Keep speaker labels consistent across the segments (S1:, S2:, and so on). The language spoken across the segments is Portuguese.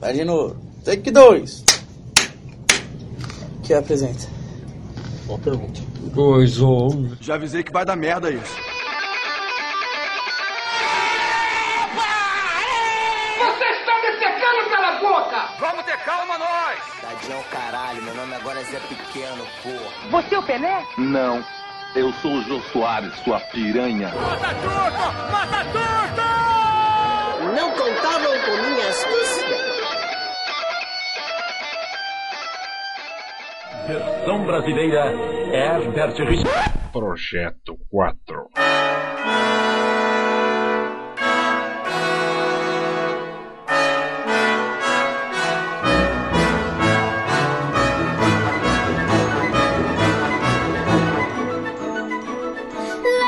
S1: Vai de novo. Take 2.
S2: Que apresenta.
S3: Boa pergunta.
S4: Dois ou um.
S5: Já avisei que vai dar merda isso.
S6: Vocês estão me secando pela boca!
S5: Vamos ter calma nós!
S7: Tadinho, caralho, meu nome agora é Zé Pequeno, porra.
S6: Você é o Pelé?
S8: Não. Eu sou o Jô Soares, sua piranha.
S5: Mata turco! Mata turco!
S7: Não contavam com minha astúcia.
S9: Versão brasileira Herbert Richard.
S10: Projeto 4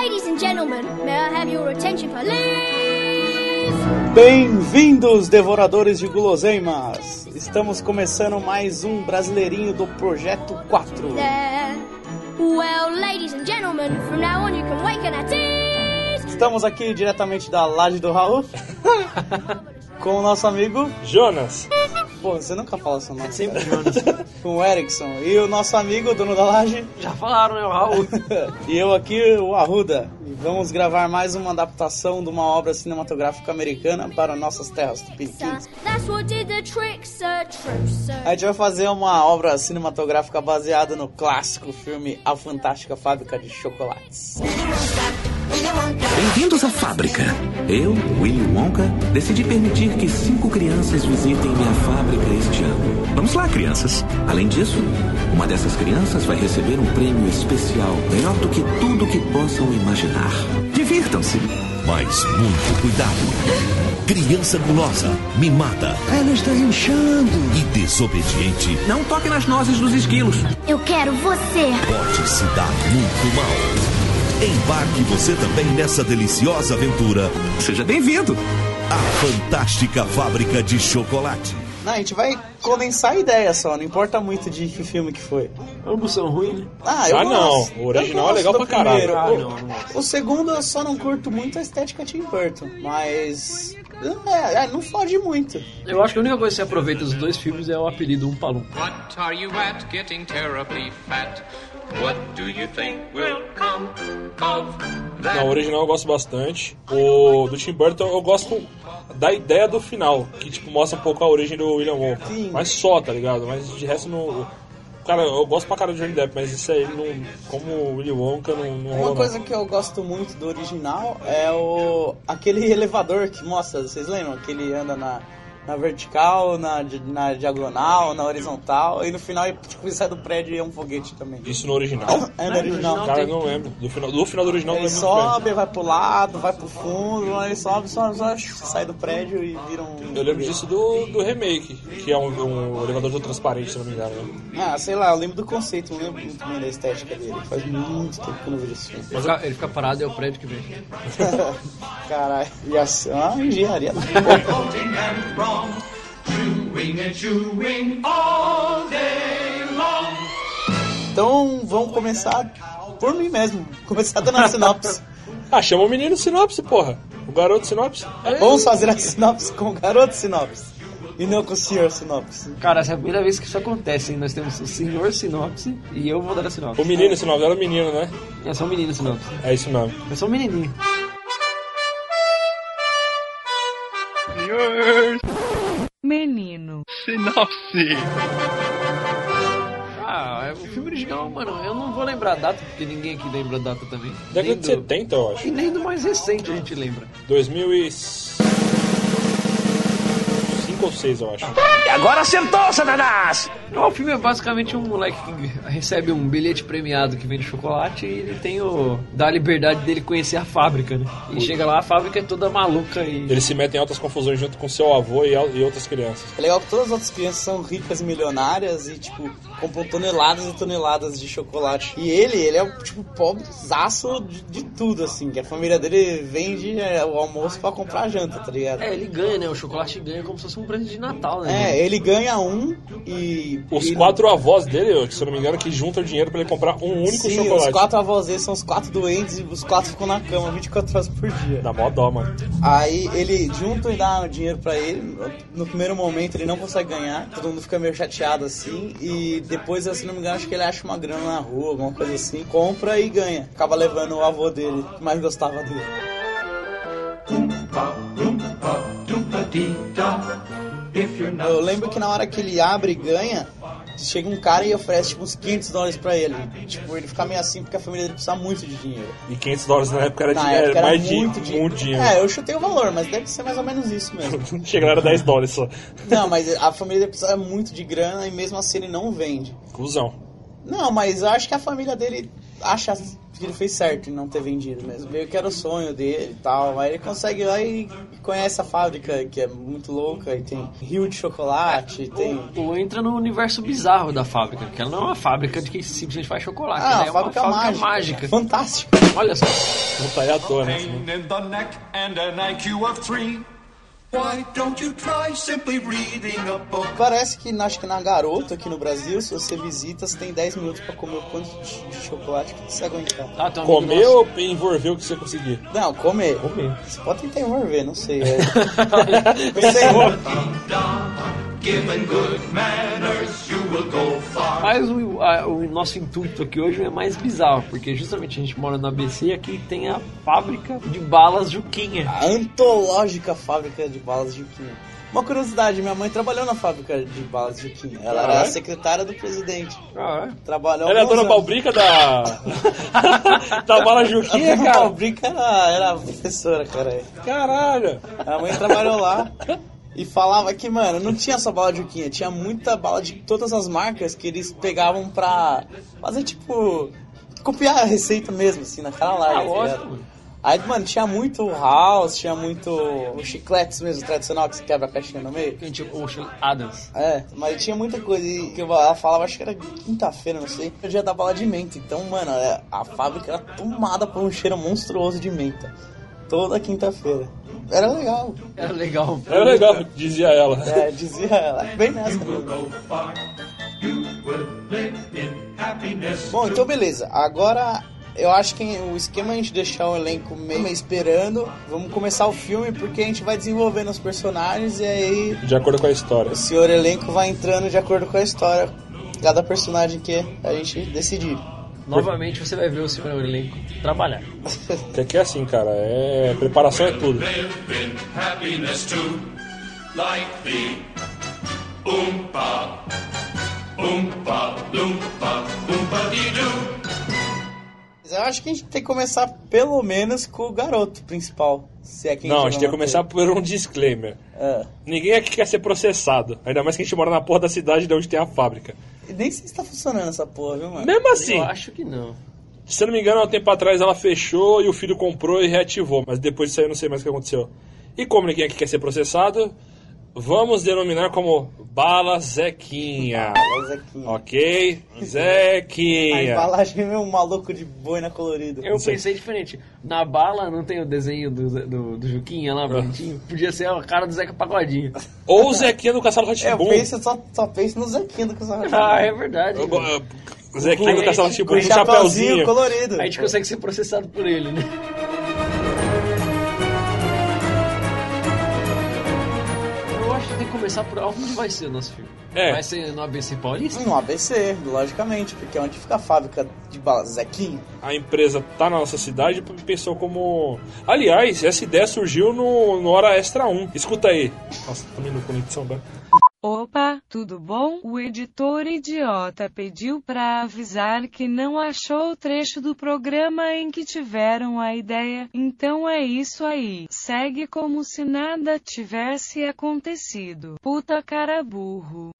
S11: Ladies and gentlemen, may I have your attention, please?
S1: Bem-vindos, devoradores de guloseimas. Estamos começando mais um Brasileirinho do Projeto 4.
S11: There. Well, ladies and gentlemen, from now on you can wake on our teeth.
S1: Estamos aqui diretamente da laje do Raul com o nosso amigo.
S3: Jonas.
S1: Pô, você nunca fala seu nome.
S2: Sempre
S1: cara.
S2: Jonas.
S1: Com o Erickson e o nosso amigo, dono da laje.
S2: Já falaram, né, o Raul?
S1: e eu aqui, o Arruda. E vamos gravar mais uma adaptação de uma obra cinematográfica americana para nossas terras tupiniquins.
S11: That's what did the trick, sir. True, sir.
S1: A gente vai fazer uma obra cinematográfica baseada no clássico filme A Fantástica Fábrica de Chocolates.
S12: Bem-vindos à fábrica. Eu, Willy Wonka, decidi permitir que cinco crianças visitem minha fábrica este ano. Vamos lá, crianças. Além disso, uma dessas crianças vai receber um prêmio especial, melhor do que tudo que possam imaginar. Divirtam-se.
S13: Mas muito cuidado. Criança gulosa, mimada. Ela está inchando. E desobediente
S12: Não toque nas nozes dos esquilos.
S11: Eu quero você.
S13: pode se dar muito mal. Embarque você também nessa deliciosa aventura.
S12: Seja bem-vindo.
S13: A Fantástica Fábrica de Chocolate.
S1: Não, a gente vai condensar a ideia só, não importa muito de que filme que foi.
S4: Ambos são ruins, né?
S1: Ah, eu
S3: Ah, não.
S1: gosto.
S3: O original
S1: Eu
S3: é legal
S1: gosto
S3: pra
S1: do
S3: caralho.
S1: primeiro.
S3: Ah,
S1: O-
S4: não, não
S1: O segundo eu só não curto muito a estética Tim Burton, mas. É, é, não foge muito.
S4: Eu acho que a única coisa que você aproveita dos dois filmes é o apelido Um Palum.
S14: What are you at? Getting terribly fat. What do you think will come of that?
S3: Não, o original eu gosto bastante. O do Tim Burton eu gosto da ideia do final, que tipo mostra um pouco a origem do William Wonka.
S1: Sim.
S3: Mas só, tá ligado? Mas de resto não. Cara, eu gosto pra cara do Johnny Depp, mas isso aí não. Como o William Wonka não, não rola.
S1: Uma
S3: não.
S1: coisa que eu gosto muito do original é o aquele elevador que mostra, vocês lembram? Que ele anda na, na vertical, na, di- na diagonal, na horizontal, e no final ele tipo, sai do prédio e é um foguete também.
S3: Isso no original?
S1: É no
S4: no
S1: original.
S4: original
S3: Cara, eu
S4: tem-
S3: não lembro. Do final do, final do original eu
S1: Ele
S3: não lembro muito bem.
S1: sobe, vai pro lado, vai pro fundo, ele sobe, sobe, sobe, sai do prédio e vira um.
S3: Eu lembro disso do, do remake, que é um, um elevador todo transparente, se não me engano. né?
S1: Ah, sei lá, eu lembro do conceito, não lembro muito bem da estética dele. Faz muito tempo que eu não vejo esse filme.
S4: Ele fica, ele fica parado e é o prédio que vem.
S1: Caralho, e assim, é uma engenharia.
S14: Floating and wrong. Chewing and chewing all day long.
S1: Então vamos começar por mim mesmo. Começar dando a sinopse.
S3: Ah, chama o menino sinopse, porra. O garoto sinopse.
S1: Vamos fazer a sinopse com o garoto sinopse. E não com o senhor sinopse.
S4: Cara, essa é a primeira vez que isso acontece, hein? Nós temos o senhor sinopse e eu vou dar a sinopse.
S3: O menino sinopse, era o menino, né?
S4: É só um menino sinopse.
S3: É isso mesmo.
S4: Eu sou um menininho.
S15: Menino.
S4: Ah, é- o filme original, mano, eu não vou lembrar a data, porque ninguém aqui lembra a data também.
S3: Década
S4: Nem
S3: de
S4: do-
S3: 70, eu acho.
S4: E nem do mais recente a gente lembra.
S3: 2005 ou 6, eu acho.
S12: Agora sentou, Satanás!
S4: O filme é basicamente um moleque que recebe um bilhete premiado que vende chocolate e ele tem o. dá a liberdade dele conhecer a fábrica, né? E chega lá, a fábrica é toda maluca e.
S3: Ele se mete em altas confusões junto com seu avô e, al- e outras crianças.
S1: É legal que todas as outras crianças são ricas e milionárias e, tipo, compram toneladas e toneladas de chocolate. E ele, ele é, o, tipo, pobrezaço de, de tudo, assim. Que a família dele vende é, o almoço pra comprar a janta, tá ligado?
S4: É, ele ganha, né? O chocolate ganha como se fosse um presente de Natal, né?
S1: É, ele ganha um e.
S3: Os
S1: e-
S3: quatro avós dele, eu- se eu não me engano, que juntam dinheiro pra ele comprar um único
S1: Sim,
S3: chocolate.
S1: os quatro avós dele são os quatro doentes e os quatro ficam na cama 24 horas por dia.
S3: Dá mó dó, mano.
S1: Aí ele junta e dá dinheiro pra ele. No primeiro momento ele não consegue ganhar, todo mundo fica meio chateado assim. E depois, se não me engano, acho que ele acha uma grana na rua, alguma coisa assim, compra e ganha. Acaba levando o avô dele, que mais gostava dele. Eu lembro que na hora que ele abre e ganha, chega um cara e oferece tipo, uns 500 dólares pra ele. Tipo, ele fica meio assim porque a família dele precisa muito de dinheiro.
S3: E 500 dólares na época era,
S1: Na
S3: de, era
S1: época era
S3: mais de
S1: muito
S3: muito
S1: dinheiro.
S3: dinheiro.
S1: É, eu chutei o valor, mas deve ser mais ou menos isso mesmo.
S3: Chegaram era 10 dólares só.
S1: Não, mas a família dele precisa muito de grana e mesmo assim ele não vende.
S3: Cusão.
S1: Não, mas eu acho que a família dele acha que ele fez certo em não ter vendido mesmo. Meio que era o sonho dele e tal. Mas ele consegue ir lá e conhece a fábrica, que é muito louca, e tem rio de chocolate, e tem.
S4: Ou entra no universo bizarro da fábrica, que ela não é uma fábrica de que simplesmente faz chocolate,
S1: Ah,
S4: né?
S1: a
S4: é
S1: fábrica
S4: uma
S1: mágica. né?
S4: fábrica
S1: Fantástico.
S4: Olha só.
S3: Não tá aí à toa, né?
S2: Pain in the neck and an IQ of three. Why don't you try simply reading a book?
S1: Parece que na- acho que na garota aqui no Brasil, se você visita, você tem 10 minutos pra comer o quanto de de chocolate que você aguentar.
S4: Ah,
S3: Comer ou envolver o que você conseguir?
S1: Não, comer.
S3: Comer.
S1: Você pode tentar envolver, não sei. É... Não sei. né?
S2: Given good manners, you will go far.
S4: Mas o, a- o nosso intuito aqui hoje é mais bizarro, porque justamente a gente mora no ABC e aqui tem a fábrica de balas Juquinha.
S1: A antológica fábrica de balas de Juquinha. Uma curiosidade, minha mãe trabalhou na fábrica de balas de Juquinha. Ela era a
S3: Ah, é?
S1: secretária do presidente.
S4: Ah,
S1: Trabalhou
S3: Ela é a
S1: alguns
S3: dona
S1: anos.
S3: Balbrica da. da Bala Juquinha,
S1: A dona
S3: cara.
S1: Balbrica era, era professora, cara.
S3: Caralho.
S1: A mãe trabalhou lá. E falava que, mano, não tinha só bala de Juquinha, tinha muita bala de todas as marcas que eles pegavam pra fazer, tipo, copiar a receita mesmo, assim, na cara larga.
S4: Ah,
S1: tá ligado?
S4: lógico, mano.
S1: Aí, mano, tinha muito house, tinha muito os chicletes mesmo, tradicional, que você quebra a caixinha no meio.
S4: Gente, Ocean Adams.
S1: É, mas tinha muita coisa e que eu- ela falava, acho que era quinta-feira, não sei, é o dia da bala de menta. Então, mano, é, a fábrica era tomada por um cheiro monstruoso de menta. Toda quinta-feira. Era legal.
S4: Era É legal.
S3: Era legal, dizia ela.
S1: É, dizia ela. Bem nessa. Bom, então beleza. Agora eu acho que o esquema é a gente deixar o elenco meio meio esperando. Vamos começar o filme porque a gente vai desenvolvendo os personagens e aí
S3: De acordo com a história.
S1: o senhor elenco vai entrando de acordo com a história. Cada personagem que a gente decidir.
S4: Novamente você vai ver o senhor elenco trabalhar.
S3: Que aqui é assim, cara. É. Preparação é tudo.
S2: Live in happiness too, like the Oompa, Oompa, Loompa, Oompa Dee Doo.
S1: Mas Eu acho que a gente tem que começar pelo menos com o garoto principal. Se é que
S3: Não, a gente
S1: vai
S3: tem que começar
S1: manter.
S3: por um disclaimer.
S1: É.
S3: Ninguém aqui quer ser processado. Ainda mais que a gente mora na porra da cidade de onde tem a fábrica.
S1: E Nem sei se tá funcionando essa porra, viu, mano?
S3: Mesmo assim,
S4: Eu acho que não.
S3: se eu não me engano, há um tempo atrás ela fechou e o filho comprou e reativou. Mas depois disso aí eu não sei mais o que aconteceu. E como ninguém aqui quer ser processado, vamos denominar como Bala Zequinha.
S1: Mas é que-
S3: Ok?
S1: A
S3: Zequinha.
S1: embalagem é meio maluco de boina colorida.
S4: Eu pensei é diferente. Na bala não tem o desenho do, Zé- do, do Juquinha lá, bonitinho? Podia ser a cara do Zeca Pagodinho.
S3: Ou o Zequinha do Castelo
S1: É, eu
S3: Ratibum.
S1: penso, só, só penso no Zequinho do que você
S4: Ah, é verdade. né?
S3: Zequinha do Castelo Ratibum
S1: Com
S3: com
S1: um
S3: o tipo chapéuzinho.
S1: chapéuzinho colorido.
S4: A gente consegue ser processado por ele, né? Eu acho que tem que começar por onde vai ser o nosso filme.
S3: É.
S4: Vai ser no ABC Paulista?
S1: No ABC, logicamente, porque é onde fica a fábrica de balas Zequinho.
S3: a empresa tá na nossa cidade e pensou como. Aliás, essa ideia surgiu no, no Hora Extra 1. Escuta aí. Nossa, também no Conexão agora.
S15: Opa, tudo bom? O editor idiota pediu pra avisar que não achou o trecho do programa em que tiveram a ideia, então é isso aí. Segue como se nada tivesse acontecido. Puta cara burro.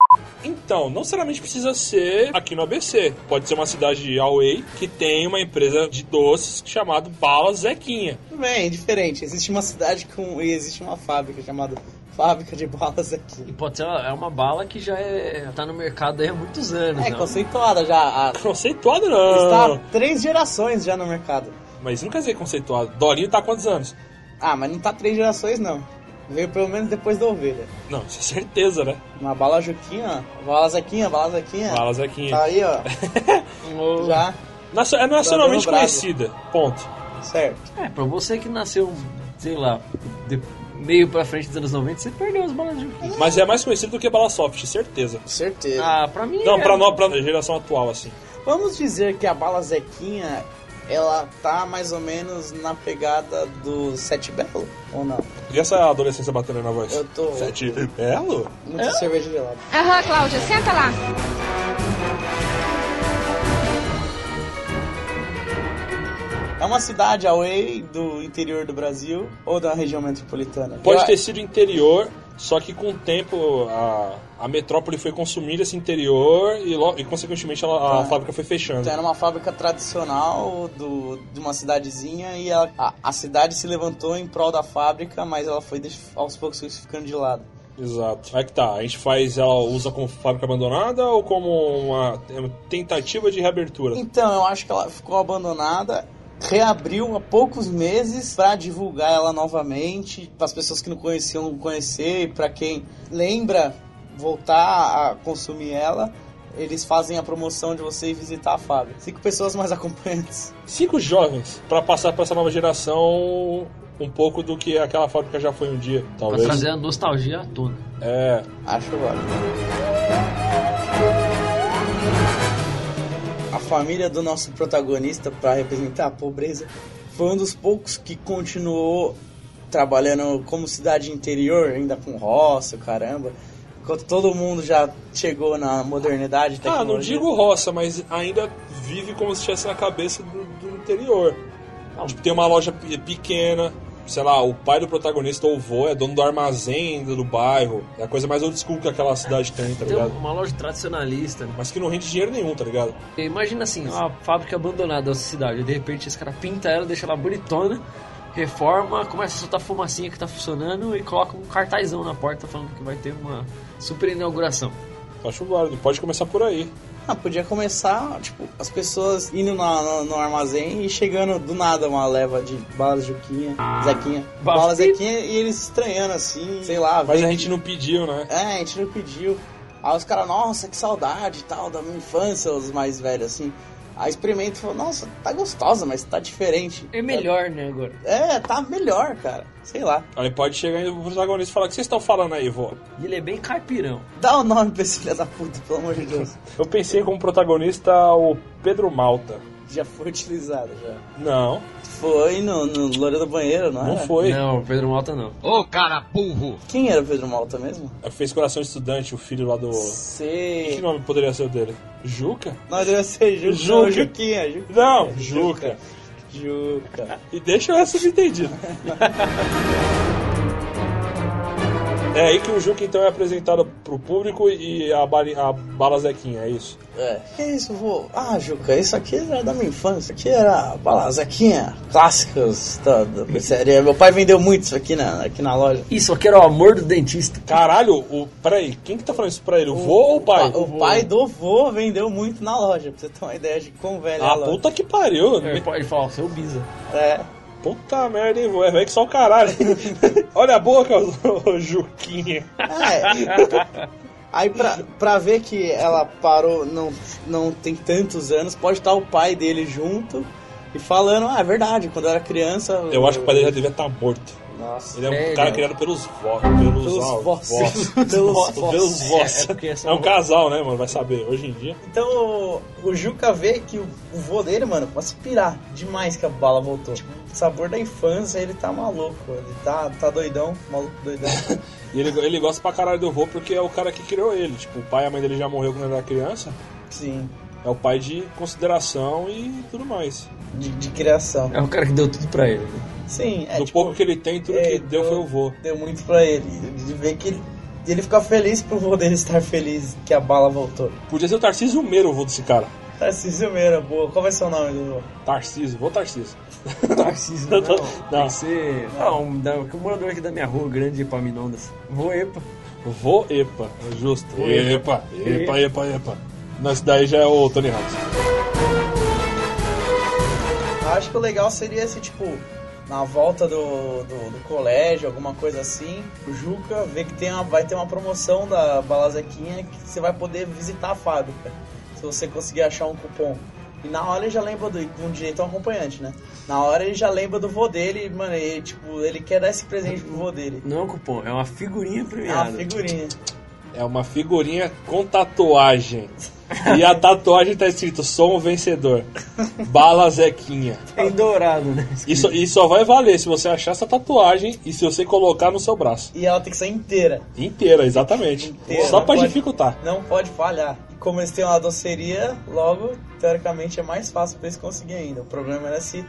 S3: Então, não necessariamente precisa ser aqui no ABC. Pode ser uma cidade away que tem uma empresa de doces chamada Bala Zequinha.
S1: Tudo bem, é diferente. Existe uma cidade com. E existe uma fábrica chamada Fábrica de Balas Zequinho.
S4: E pode ser uma, é uma bala que já é, tá no mercado aí há muitos anos.
S1: É
S4: né?
S1: conceituada já. A...
S3: Conceituado
S1: Está
S3: não.
S1: há três gerações já no mercado.
S3: Mas isso não quer dizer conceituado. Dolinho tá há quantos anos?
S1: Ah, mas não tá três gerações, não. Veio pelo menos depois da ovelha.
S3: Não, isso é certeza, né?
S1: Uma bala Juquinha, bala Zequinha, bala Zequinha.
S3: Bala Zequinha.
S1: Tá aí, ó. Já.
S3: Nacio- é nacionalmente
S1: Tá dando brasa.
S3: conhecida, ponto.
S1: Certo.
S4: É, pra você que nasceu, sei lá, de- meio pra frente dos anos 90, você perdeu as balas de um Juquinha.
S3: Mas é mais conhecida do que Bala Soft, certeza.
S1: Certeza.
S4: Ah, pra mim
S3: Não,
S4: é...
S3: pra, no, pra geração atual, assim.
S1: Ah, Vamos dizer que a bala Zequinha, ela tá mais ou menos na pegada do Sete Belo, ou não?
S3: E essa adolescência batendo na voz?
S1: Eu tô-
S3: Sete belo?
S1: Muita cerveja gelada.
S11: Aham, Cláudia, senta lá.
S1: É uma cidade away do interior do Brasil ou da região metropolitana?
S3: Pode
S1: Eu-
S3: ter sido interior, só que com o tempo a, a metrópole foi consumindo esse interior e, lo- e consequentemente, ela- a,
S1: Ah.
S3: fábrica foi fechando.
S1: Então era uma fábrica tradicional do, de uma cidadezinha e ela- a, a cidade se levantou em prol da fábrica, mas ela foi deix- aos poucos foi ficando de lado.
S3: Exato. Aí que tá. A gente faz, ela usa como fábrica abandonada ou como uma, é uma tentativa de reabertura?
S1: Então eu acho que ela ficou abandonada, reabriu há poucos meses pra divulgar ela novamente, para as pessoas que não conheciam conhecer, para quem lembra voltar a consumir ela. Eles fazem a promoção de você ir visitar a fábrica. Cinco pessoas mais acompanhantes.
S3: Cinco jovens pra passar pra essa nova geração um pouco do que aquela fábrica já foi um dia,
S4: Pra
S3: talvez.
S4: trazer a nostalgia à tona.
S3: É.
S1: Acho ótimo. A família do nosso protagonista, para representar a pobreza, foi um dos poucos que continuou trabalhando como cidade interior, ainda com roça, caramba. Enquanto todo mundo já chegou na modernidade,
S3: Ah, não
S1: tecnologia.
S3: digo roça, mas ainda vive como se estivesse na cabeça do, do interior. Tipo, tem uma loja pe- pequena, sei lá, o pai do protagonista ou o vô é dono do armazém do do bairro. É a coisa mais old school que aquela cidade tem, tá
S1: Então,
S4: Tem
S3: ligado?
S4: uma loja tradicionalista. né?
S3: Mas que não rende dinheiro nenhum, tá ligado?
S4: Imagina assim, uma fábrica abandonada da cidade. De repente, esse cara pinta ela, deixa ela bonitona, reforma, começa a soltar fumacinha que tá funcionando e coloca um cartazão na porta falando que vai ter uma super inauguração.
S3: Acho válido, pode começar por aí.
S1: Ah, podia começar, tipo, as pessoas indo na- na- no armazém e chegando do nada uma leva de balas Juquinha, Zequinha,
S3: Ba-
S1: balas Zequinha e eles estranhando assim, sei lá.
S3: Mas
S1: vê
S3: a
S1: que-
S3: gente não pediu, né?
S1: É, a gente não pediu. Aí os caras, nossa, que saudade e tal, da minha infância, os mais velhos, assim. Aí experimenta e falou, nossa, tá gostosa, mas tá diferente.
S4: É melhor, né, agora?
S1: É, tá melhor, cara. Sei lá.
S3: Aí pode chegar e o protagonista e falar: O que vocês estão falando aí, vô?
S4: E ele é bem caipirão.
S1: Dá o nome pra esse filho da puta, pelo amor de Deus.
S3: Eu pensei como protagonista o Pedro Malta.
S1: já foi utilizado, já.
S3: Não,
S1: Foi no, no Loura do Banheiro, não é?
S3: não foi.
S4: Não, Pedro Malta não.
S3: Ô, cara burro!
S1: Quem era o Pedro Malta mesmo?
S3: Fez coração de estudante, o filho lá do. Que
S1: Sei.
S3: nome poderia ser o dele? Juca?
S1: Nós devia ser Juca.
S3: Juca.
S1: Não, Juquinha, É, Juca.
S3: Não, Juca.
S1: Juca.
S3: E deixa eu subentendido. É aí que o Juca então é apresentado pro público e a, bali- a bala Zequinha, é isso.
S1: É. Que isso, vô? Ah, Juca, isso aqui era da minha infância. Isso aqui era balazaquinha, clássicos da, tá, da pizzaria. Meu pai vendeu muito isso aqui na, aqui na loja.
S4: Isso aqui era o amor do dentista.
S3: Caralho, o. Peraí, quem que tá falando isso pra ele? O vô ou o pai?
S1: O, pai do vô vendeu muito na loja, pra você ter uma ideia de quão velho é a
S3: Ah,
S1: loja.
S3: puta que pariu.
S4: Ele pode falar, seu Biza.
S1: É.
S3: Puta merda, hein, vô? É velho que só o caralho. Olha a boca, ô, ô, Juquinha.
S1: É. Aí pra, pra ver que ela parou, não, não tem tantos anos, pode estar o pai dele junto e falando, ah, é verdade, quando eu era criança.
S3: Eu acho que o pai dele já devia estar morto.
S1: Nossa.
S3: Ele é um
S4: É,
S3: cara
S4: né?
S3: criado pelos vós. Pelos,
S1: Pelos
S3: ah,
S1: vós.
S3: vós.
S1: Pelos vós.
S3: Pelos
S4: É, é
S3: vós.
S4: porque
S3: É,
S4: essa
S3: um casal, né, mano? Vai saber. Hoje em dia.
S1: Então o Juca vê que o, o vô dele, mano, pode se pirar demais que a bala voltou. Tipo, o sabor da infância, ele tá maluco, ele tá, tá doidão, maluco doidão.
S3: E ele, ele gosta pra caralho do vô porque é o cara que criou ele. Tipo, o pai e a mãe dele já morreu quando ele era criança.
S1: Sim,
S3: É o pai de consideração e tudo mais.
S1: de, de criação.
S4: É o cara que deu tudo pra ele.
S1: Sim, é
S3: Do
S1: tipo,
S3: pouco que ele tem, tudo
S1: é,
S3: que deu foi o vô.
S1: deu muito pra ele. De ver que ele, ele fica feliz pro vô dele estar feliz que a bala voltou.
S3: Podia ser o Tarcísio Meira o vô desse cara.
S1: Tarcísio Meira, boa. Qual vai ser o nome do vô?
S3: Tarcísio, vô Tarcísio.
S4: Tarcísio,
S3: Eu tô-
S4: Tem
S3: não.
S4: que ser... Não, um, da- que um morador aqui da minha rua, grande Epaminondas. Vou, epa.
S3: Vô Epa, é justo.
S4: Vô
S3: Epa, epa, epa, epa. Não, esse daí já é o Tony Ramos.
S1: Eu acho que o legal seria esse, tipo, na volta do, do, do colégio, alguma coisa assim, o Juca vê que tem uma, vai ter uma promoção da Balazequinha que você vai poder visitar a fábrica, se você conseguir achar um cupom. E na hora ele já lembra do com direito ao acompanhante, né? Na hora ele já lembra do vô dele, mano, ele, tipo, ele quer dar esse presente pro vô dele.
S4: Não é um cupom, é uma figurinha premiada.
S1: É uma figurinha.
S3: É uma figurinha com tatuagem. E a tatuagem tá escrito: sou um vencedor. Bala Zequinha.
S4: Em dourado, né?
S3: E só, e só vai valer se você achar essa tatuagem e se você colocar no seu braço.
S1: E ela tem que ser inteira.
S3: Inteira, exatamente.
S1: Inteira,
S3: só
S1: não
S3: pra
S1: pode-
S3: dificultar.
S1: Não pode falhar. E Como eles têm uma doceria, logo, teoricamente, é mais fácil pra eles conseguirem ainda. O problema era se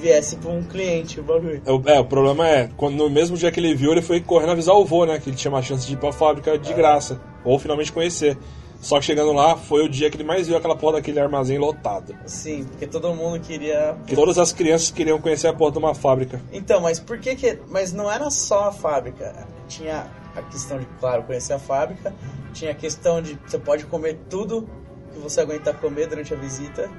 S1: viesse pra um cliente o bagulho.
S3: É, o- é, o problema é, quando, no mesmo dia que ele viu, ele foi correndo avisar o vô, né? Que ele tinha uma chance de ir pra fábrica
S1: É.
S3: de graça. Ou finalmente conhecer. Só que chegando lá, foi o dia que ele mais viu aquela porra daquele armazém lotado.
S1: Sim, porque todo mundo queria.
S3: Que todas as crianças queriam conhecer a porra de uma fábrica.
S1: Então, mas por que que. Mas não era só a fábrica. Tinha a questão de, claro, conhecer a fábrica. Tinha a questão de você pode comer tudo que você aguentar comer durante a visita.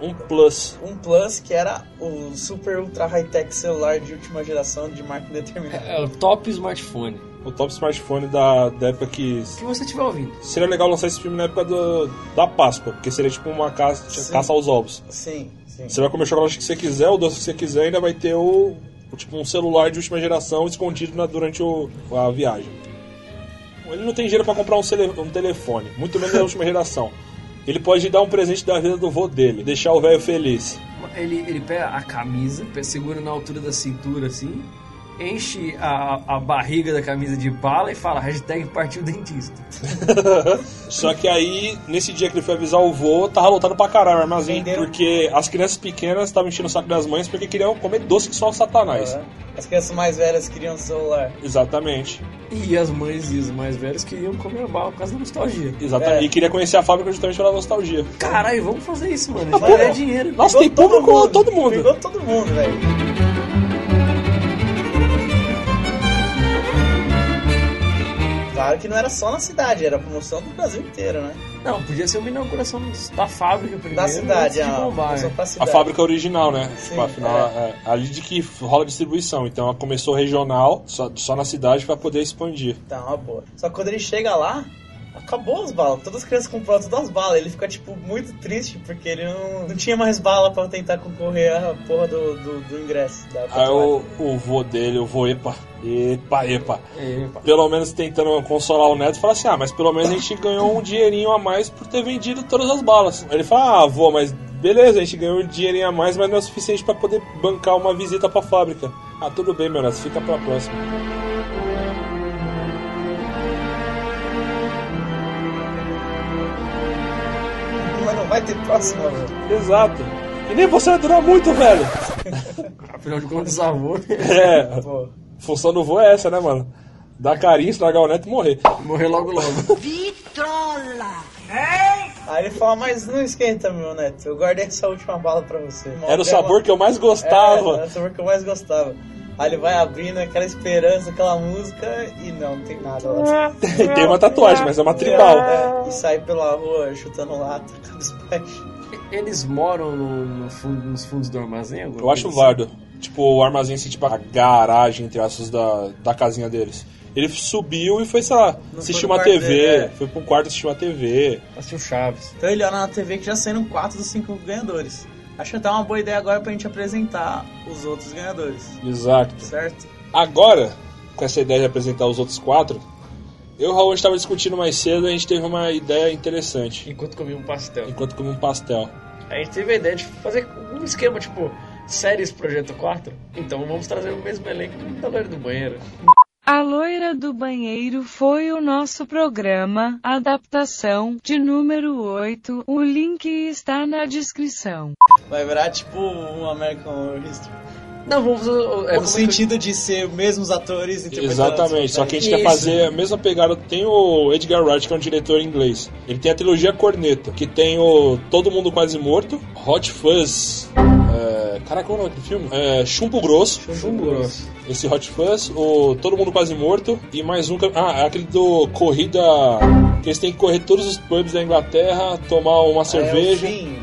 S3: Um plus.
S1: Um plus que era o super ultra high-tech celular de última geração de marca indeterminada.
S4: É o top smartphone.
S3: O top smartphone da, da época que.
S4: Se você estiver ouvindo.
S3: Seria legal lançar esse filme na época do, da Páscoa, porque seria tipo uma caça,
S1: Sim.
S3: caça aos ovos.
S1: Sim, sim.
S3: Você vai comer o chocolate que você quiser, o doce que você quiser, ainda vai ter o, o tipo um celular de última geração escondido na- durante o- a viagem. Ele não tem dinheiro pra comprar um, cele- um telefone, muito menos da última geração. Ele pode dar um presente da vida do vô dele, deixar o velho feliz.
S4: Ele, ele pega a camisa, pe- segura na altura da cintura assim, enche a, a barriga da camisa de bala e fala hashtag partiu dentista.
S3: Só que aí, nesse dia que ele foi avisar o vô, tava lotado pra caralho o armazém.
S1: Venderam.
S3: Porque as crianças pequenas estavam enchendo o saco das mães porque queriam comer doce que só o satanás.
S1: Aham. As crianças mais velhas queriam celular.
S3: Exatamente.
S4: E as mães e os mais velhos queriam comer a bala por causa da nostalgia.
S3: Exatamente.
S1: É.
S3: E queria conhecer a fábrica justamente pela nostalgia.
S4: Caralho, vamos fazer isso, mano. A
S1: Vai,
S4: gente vai ganhar
S1: ó.
S4: dinheiro.
S3: Nossa, tem público todo mundo.
S1: Pegou todo mundo, velho. Claro que não era só na cidade, era a promoção do Brasil inteiro, né?
S4: Não, podia ser uma inauguração da fábrica primeiro.
S1: Da cidade, ah,
S4: antes de
S1: a
S4: bombar.
S1: promoção pra
S3: A
S1: cidade.
S3: fábrica original, né?
S1: Sim,
S3: tipo, afinal, é, ali de que rola a distribuição. Então ela começou regional, só, só na cidade, pra poder expandir.
S1: Tá, uma boa. Só que quando ele chega lá, acabou as balas. Todas as crianças compraram todas as balas. Ele fica, tipo, muito triste porque ele não, não tinha mais bala pra tentar concorrer à porra do, do, do ingresso. Da
S3: Aí
S1: tatuagem.
S3: o, o vô dele, o vô Epa, Epa, Epa.
S4: Epa.
S3: Pelo menos tentando consolar o neto, fala assim: ah, mas pelo menos a gente ganhou um dinheirinho a mais por ter vendido todas as balas. Aí ele fala: ah, vô, mas beleza, a gente ganhou um dinheirinho a mais, mas não é o suficiente pra poder bancar uma visita pra fábrica. Ah, tudo bem, meu neto, fica pra próxima.
S1: Mas não vai ter próxima, velho.
S3: Exato. E nem você vai durar muito, velho.
S4: Afinal de contas, avô.
S3: É,
S1: Pô.
S3: função do voo é essa, né, mano? Dar carinho, estragar o neto e morrer.
S4: Morrer logo logo.
S1: Aí ele fala, mas não esquenta, meu neto. Eu guardei essa última bala pra você. É,
S3: Era o sabor que eu mais gostava.
S1: Era o sabor que eu mais gostava. Aí ele vai abrindo aquela esperança, aquela música, e não, não tem nada lá.
S3: Tem uma tatuagem, mas é uma tribal.
S1: É, e sai pela rua chutando lata, cabisbaixo.
S4: Eles moram no, no fundo, nos fundos do armazém? alguma
S3: Eu acho
S4: coisa assim?
S3: válido. Tipo, o armazém, assim, tipo, a garagem, entre aspas, da, da casinha deles. Ele subiu e foi, sei lá,
S1: Não
S3: assistir
S1: foi
S3: uma
S1: no quarto
S3: TV.
S1: dele, é.
S3: Foi pro quarto assistir uma TV.
S4: Assistiu Chaves.
S1: Então ele olha na TV que já saíram 4 dos 5 ganhadores. Acho até uma boa ideia agora pra gente apresentar os outros ganhadores,
S3: Exato.
S1: certo?
S3: Agora, com essa ideia de apresentar os outros quatro, eu e o Raul estava discutindo mais cedo e a gente teve uma ideia interessante.
S4: Enquanto comia um pastel.
S3: Enquanto comia um pastel.
S4: A gente teve a ideia de fazer um esquema, tipo, séries Projeto 4. Então vamos trazer o mesmo elenco da Loira do Banheiro.
S15: A Loira do Banheiro foi o nosso programa, adaptação, de número 8. O link está na descrição.
S1: Vai virar tipo um American Horror History.
S4: Não, vamos fazer. o-
S1: no
S4: É, como
S1: sentido de ser os mesmos atores interpretando-
S3: Exatamente, só que a gente quer
S4: Isso.
S3: fazer a mesma pegada. Tem o Edgar Wright, que é um diretor inglês. Ele tem a trilogia Corneta, que tem o Todo Mundo Quase Morto, Hot Fuzz. É... Caraca, qual é o nome do filme? É... Chumbo Grosso.
S4: é Chumbo grosso.
S3: Esse Hot Fuzz, o Todo Mundo Quase Morto e mais um. que- Ah, é aquele do Corrida. Que eles têm que correr todos os pubs da Inglaterra, tomar uma
S1: Ah, é o
S3: cerveja.
S1: fim.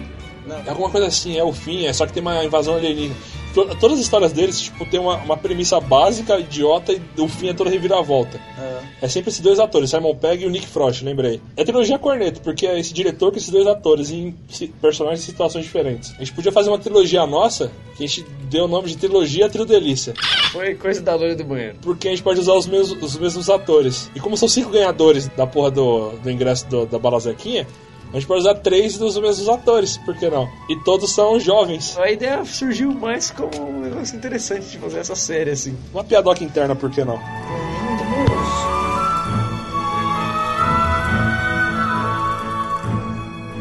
S1: Não.
S3: É alguma coisa assim, é o fim, é só que tem uma invasão alienígena. to- todas as histórias deles, tipo, tem uma, uma premissa básica, idiota, e o fim é toda reviravolta.
S1: Ah,
S3: É sempre esses dois atores, Simon Pegg e o Nick Frost, lembrei. É a trilogia Corneto, porque é esse diretor com esses dois atores em si- personagens e situações diferentes. A gente podia fazer uma trilogia nossa, que a gente deu o nome de trilogia Trio Delícia.
S4: Foi coisa da loira do banheiro.
S3: Porque a gente pode usar os mesmos, os mesmos atores. E como são cinco ganhadores da porra do, do ingresso do- da Balazequinha, a gente pode usar três dos mesmos atores, por que não? E todos são jovens.
S4: A ideia surgiu mais como um negócio interessante de fazer essa série, assim.
S3: Uma piadoca interna, por que não?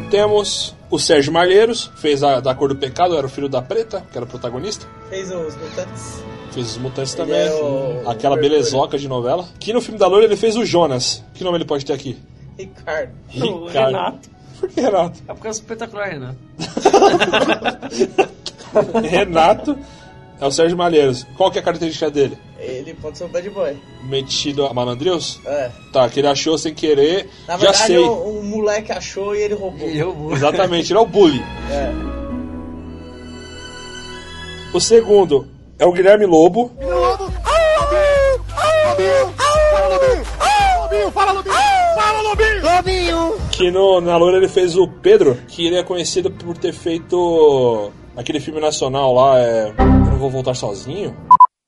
S3: Temos o Sérgio Malheiros, fez a da Cor do Pecado, era o filho da Preta, que era o protagonista.
S1: Fez os mutantes.
S3: Fez os Mutantes
S1: Ele
S3: também.
S1: é o-
S3: Aquela
S1: o Mercúrio.
S3: belezoca de novela. Que no filme da Loura ele fez o Jonas. Que nome ele pode ter aqui?
S1: Ricardo.
S4: O
S3: Ricardo.
S4: Renato.
S3: Por que Renato?
S4: É por causa do espetacular, Renato.
S3: Renato é o Sérgio Malheiros. Qual que é a característica dele?
S1: Ele pode ser o bad boy.
S3: Metido a malandreus?
S1: É.
S3: Tá, que ele achou sem querer.
S1: Na
S3: Já
S1: verdade,
S3: sei.
S1: o, o moleque achou e ele roubou. Ele
S4: roubou.
S3: Exatamente, ele é o bully.
S1: É.
S3: O segundo é o Guilherme Lobo.
S5: Fala, Lobinho! Fala, Lobinho! Lobinho!
S3: Que no, na Loura ele fez o Pedro, que ele é conhecido por ter feito aquele filme nacional lá, é. Eu não vou voltar sozinho.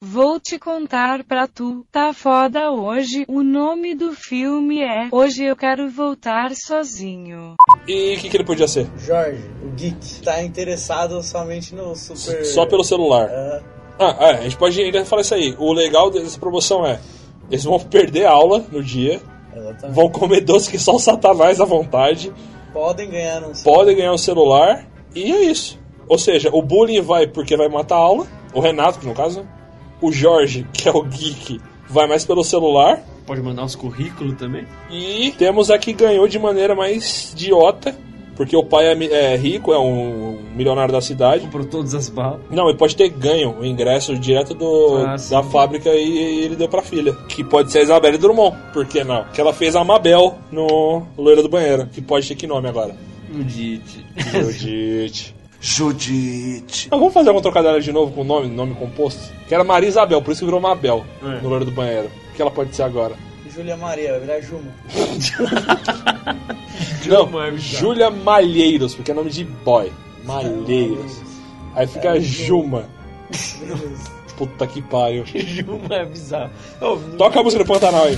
S15: Vou te contar pra tu, tá foda hoje. O nome do filme é Hoje Eu Quero Voltar Sozinho.
S3: E o que, que ele podia ser?
S1: Jorge, o geek, tá interessado somente no super...
S3: Só pelo celular.
S1: É.
S3: Ah, é, a gente pode ainda falar isso aí. O legal dessa promoção é: eles vão perder a aula no dia,
S1: Exatamente.
S3: vão comer doce que só o satanás à vontade,
S1: Podem ganhar um...
S3: podem ganhar um celular, e é isso. Ou seja, o bullying vai porque vai matar a aula, o Renato, que no caso, né? o Jorge, que é o geek, vai mais pelo celular.
S4: Pode mandar uns currículos também.
S3: E temos a que ganhou de maneira mais idiota, porque o pai é, mi- é rico, é um milionário da cidade.
S4: Comprou todas as balas.
S3: Não, ele pode ter ganho o ingresso direto do,
S4: Ah, sim.
S3: da fábrica e ele deu pra filha. Que pode ser a Isabelle Drummond, por que não? Que ela fez a Mabel no Loira do Banheiro, que pode ter que nome agora?
S4: Judite.
S3: Judite. Judite. vamos fazer algum trocadilho de novo com o nome, nome composto? Que era Maria Isabel, por isso que virou Mabel no Loira do Banheiro. que ela pode ser agora?
S1: Júlia Maria, vai virar Juma.
S3: Não, Júlia Malheiros, porque é nome de boy. Malheiros. Aí fica Juma. Puta que pariu.
S4: Juma é bizarro.
S3: Toca a música do Pantanal aí.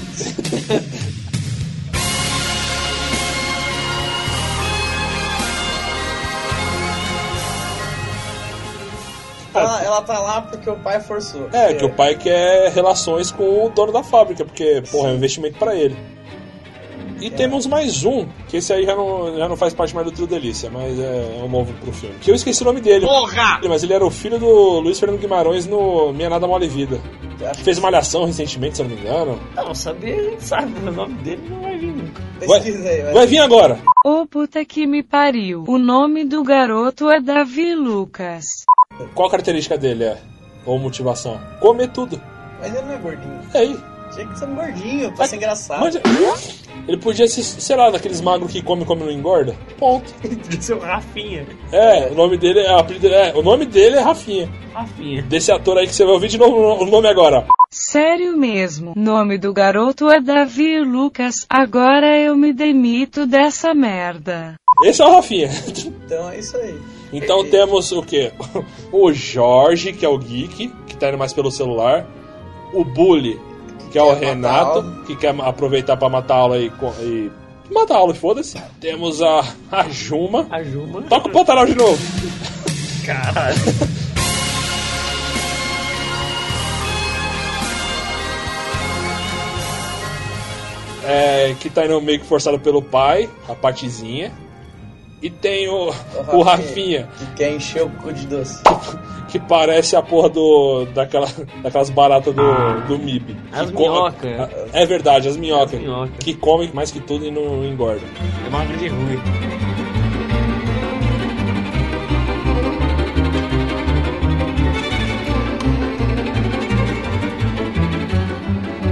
S1: Ela, ela tá lá porque o pai forçou.
S3: É, que o pai quer relações com o dono da fábrica, porque, porra, é um investimento pra ele. E temos mais um, que esse aí já não, já não faz parte mais do Trio Delícia, mas é, é um novo pro filme. Que eu esqueci o nome dele.
S5: Porra!
S3: Mas ele era o filho do Luiz Fernando Guimarães no Minha Nada Mole Vida. Que fez Malhação recentemente, se eu não me engano.
S4: Não, saber a gente sabe, mas o nome dele não é vai vir nunca.
S3: Vai, vai vir agora!
S15: Ô puta que me pariu. O nome do garoto é Davi Lucas.
S3: Qual a característica dele é? Ou motivação? Comer tudo.
S1: Mas ele não é gordinho.
S3: É aí.
S1: Tinha que ser um gordinho, pra ser engraçado.
S3: Mas ele podia ser, sei lá, daqueles magros que come, come e não engorda. Ponto.
S4: Seu Rafinha.
S3: É, o nome dele é, o apelido dele é- o nome dele é Rafinha.
S4: Rafinha.
S3: Desse ator aí que você vai ouvir de novo o nome agora.
S15: Sério mesmo. Nome do garoto é Davi Lucas. Agora eu me demito dessa merda.
S3: Esse é o Rafinha.
S1: Então é isso aí.
S3: Então temos o quê? O Jorge, que é o geek, que tá indo mais pelo celular. O Bully, que é o Renato, que quer aproveitar pra matar a aula e... co- e matar a aula, foda-se. Temos a, a Juma.
S4: A Juma.
S3: Toca o Pantanal de novo.
S4: Caralho.
S3: É, que tá indo meio que forçado pelo pai, a Patizinha. E tem o, o Rafinha,
S1: Que quer encher o cu de doce.
S3: que parece a porra do. daquela, daquelas baratas do, do MIB.
S4: As
S3: Que co-
S4: minhoca.
S3: É verdade, as minhocas.
S4: minhoca.
S3: Que comem mais que tudo e não engordam.
S4: É magro de ruim.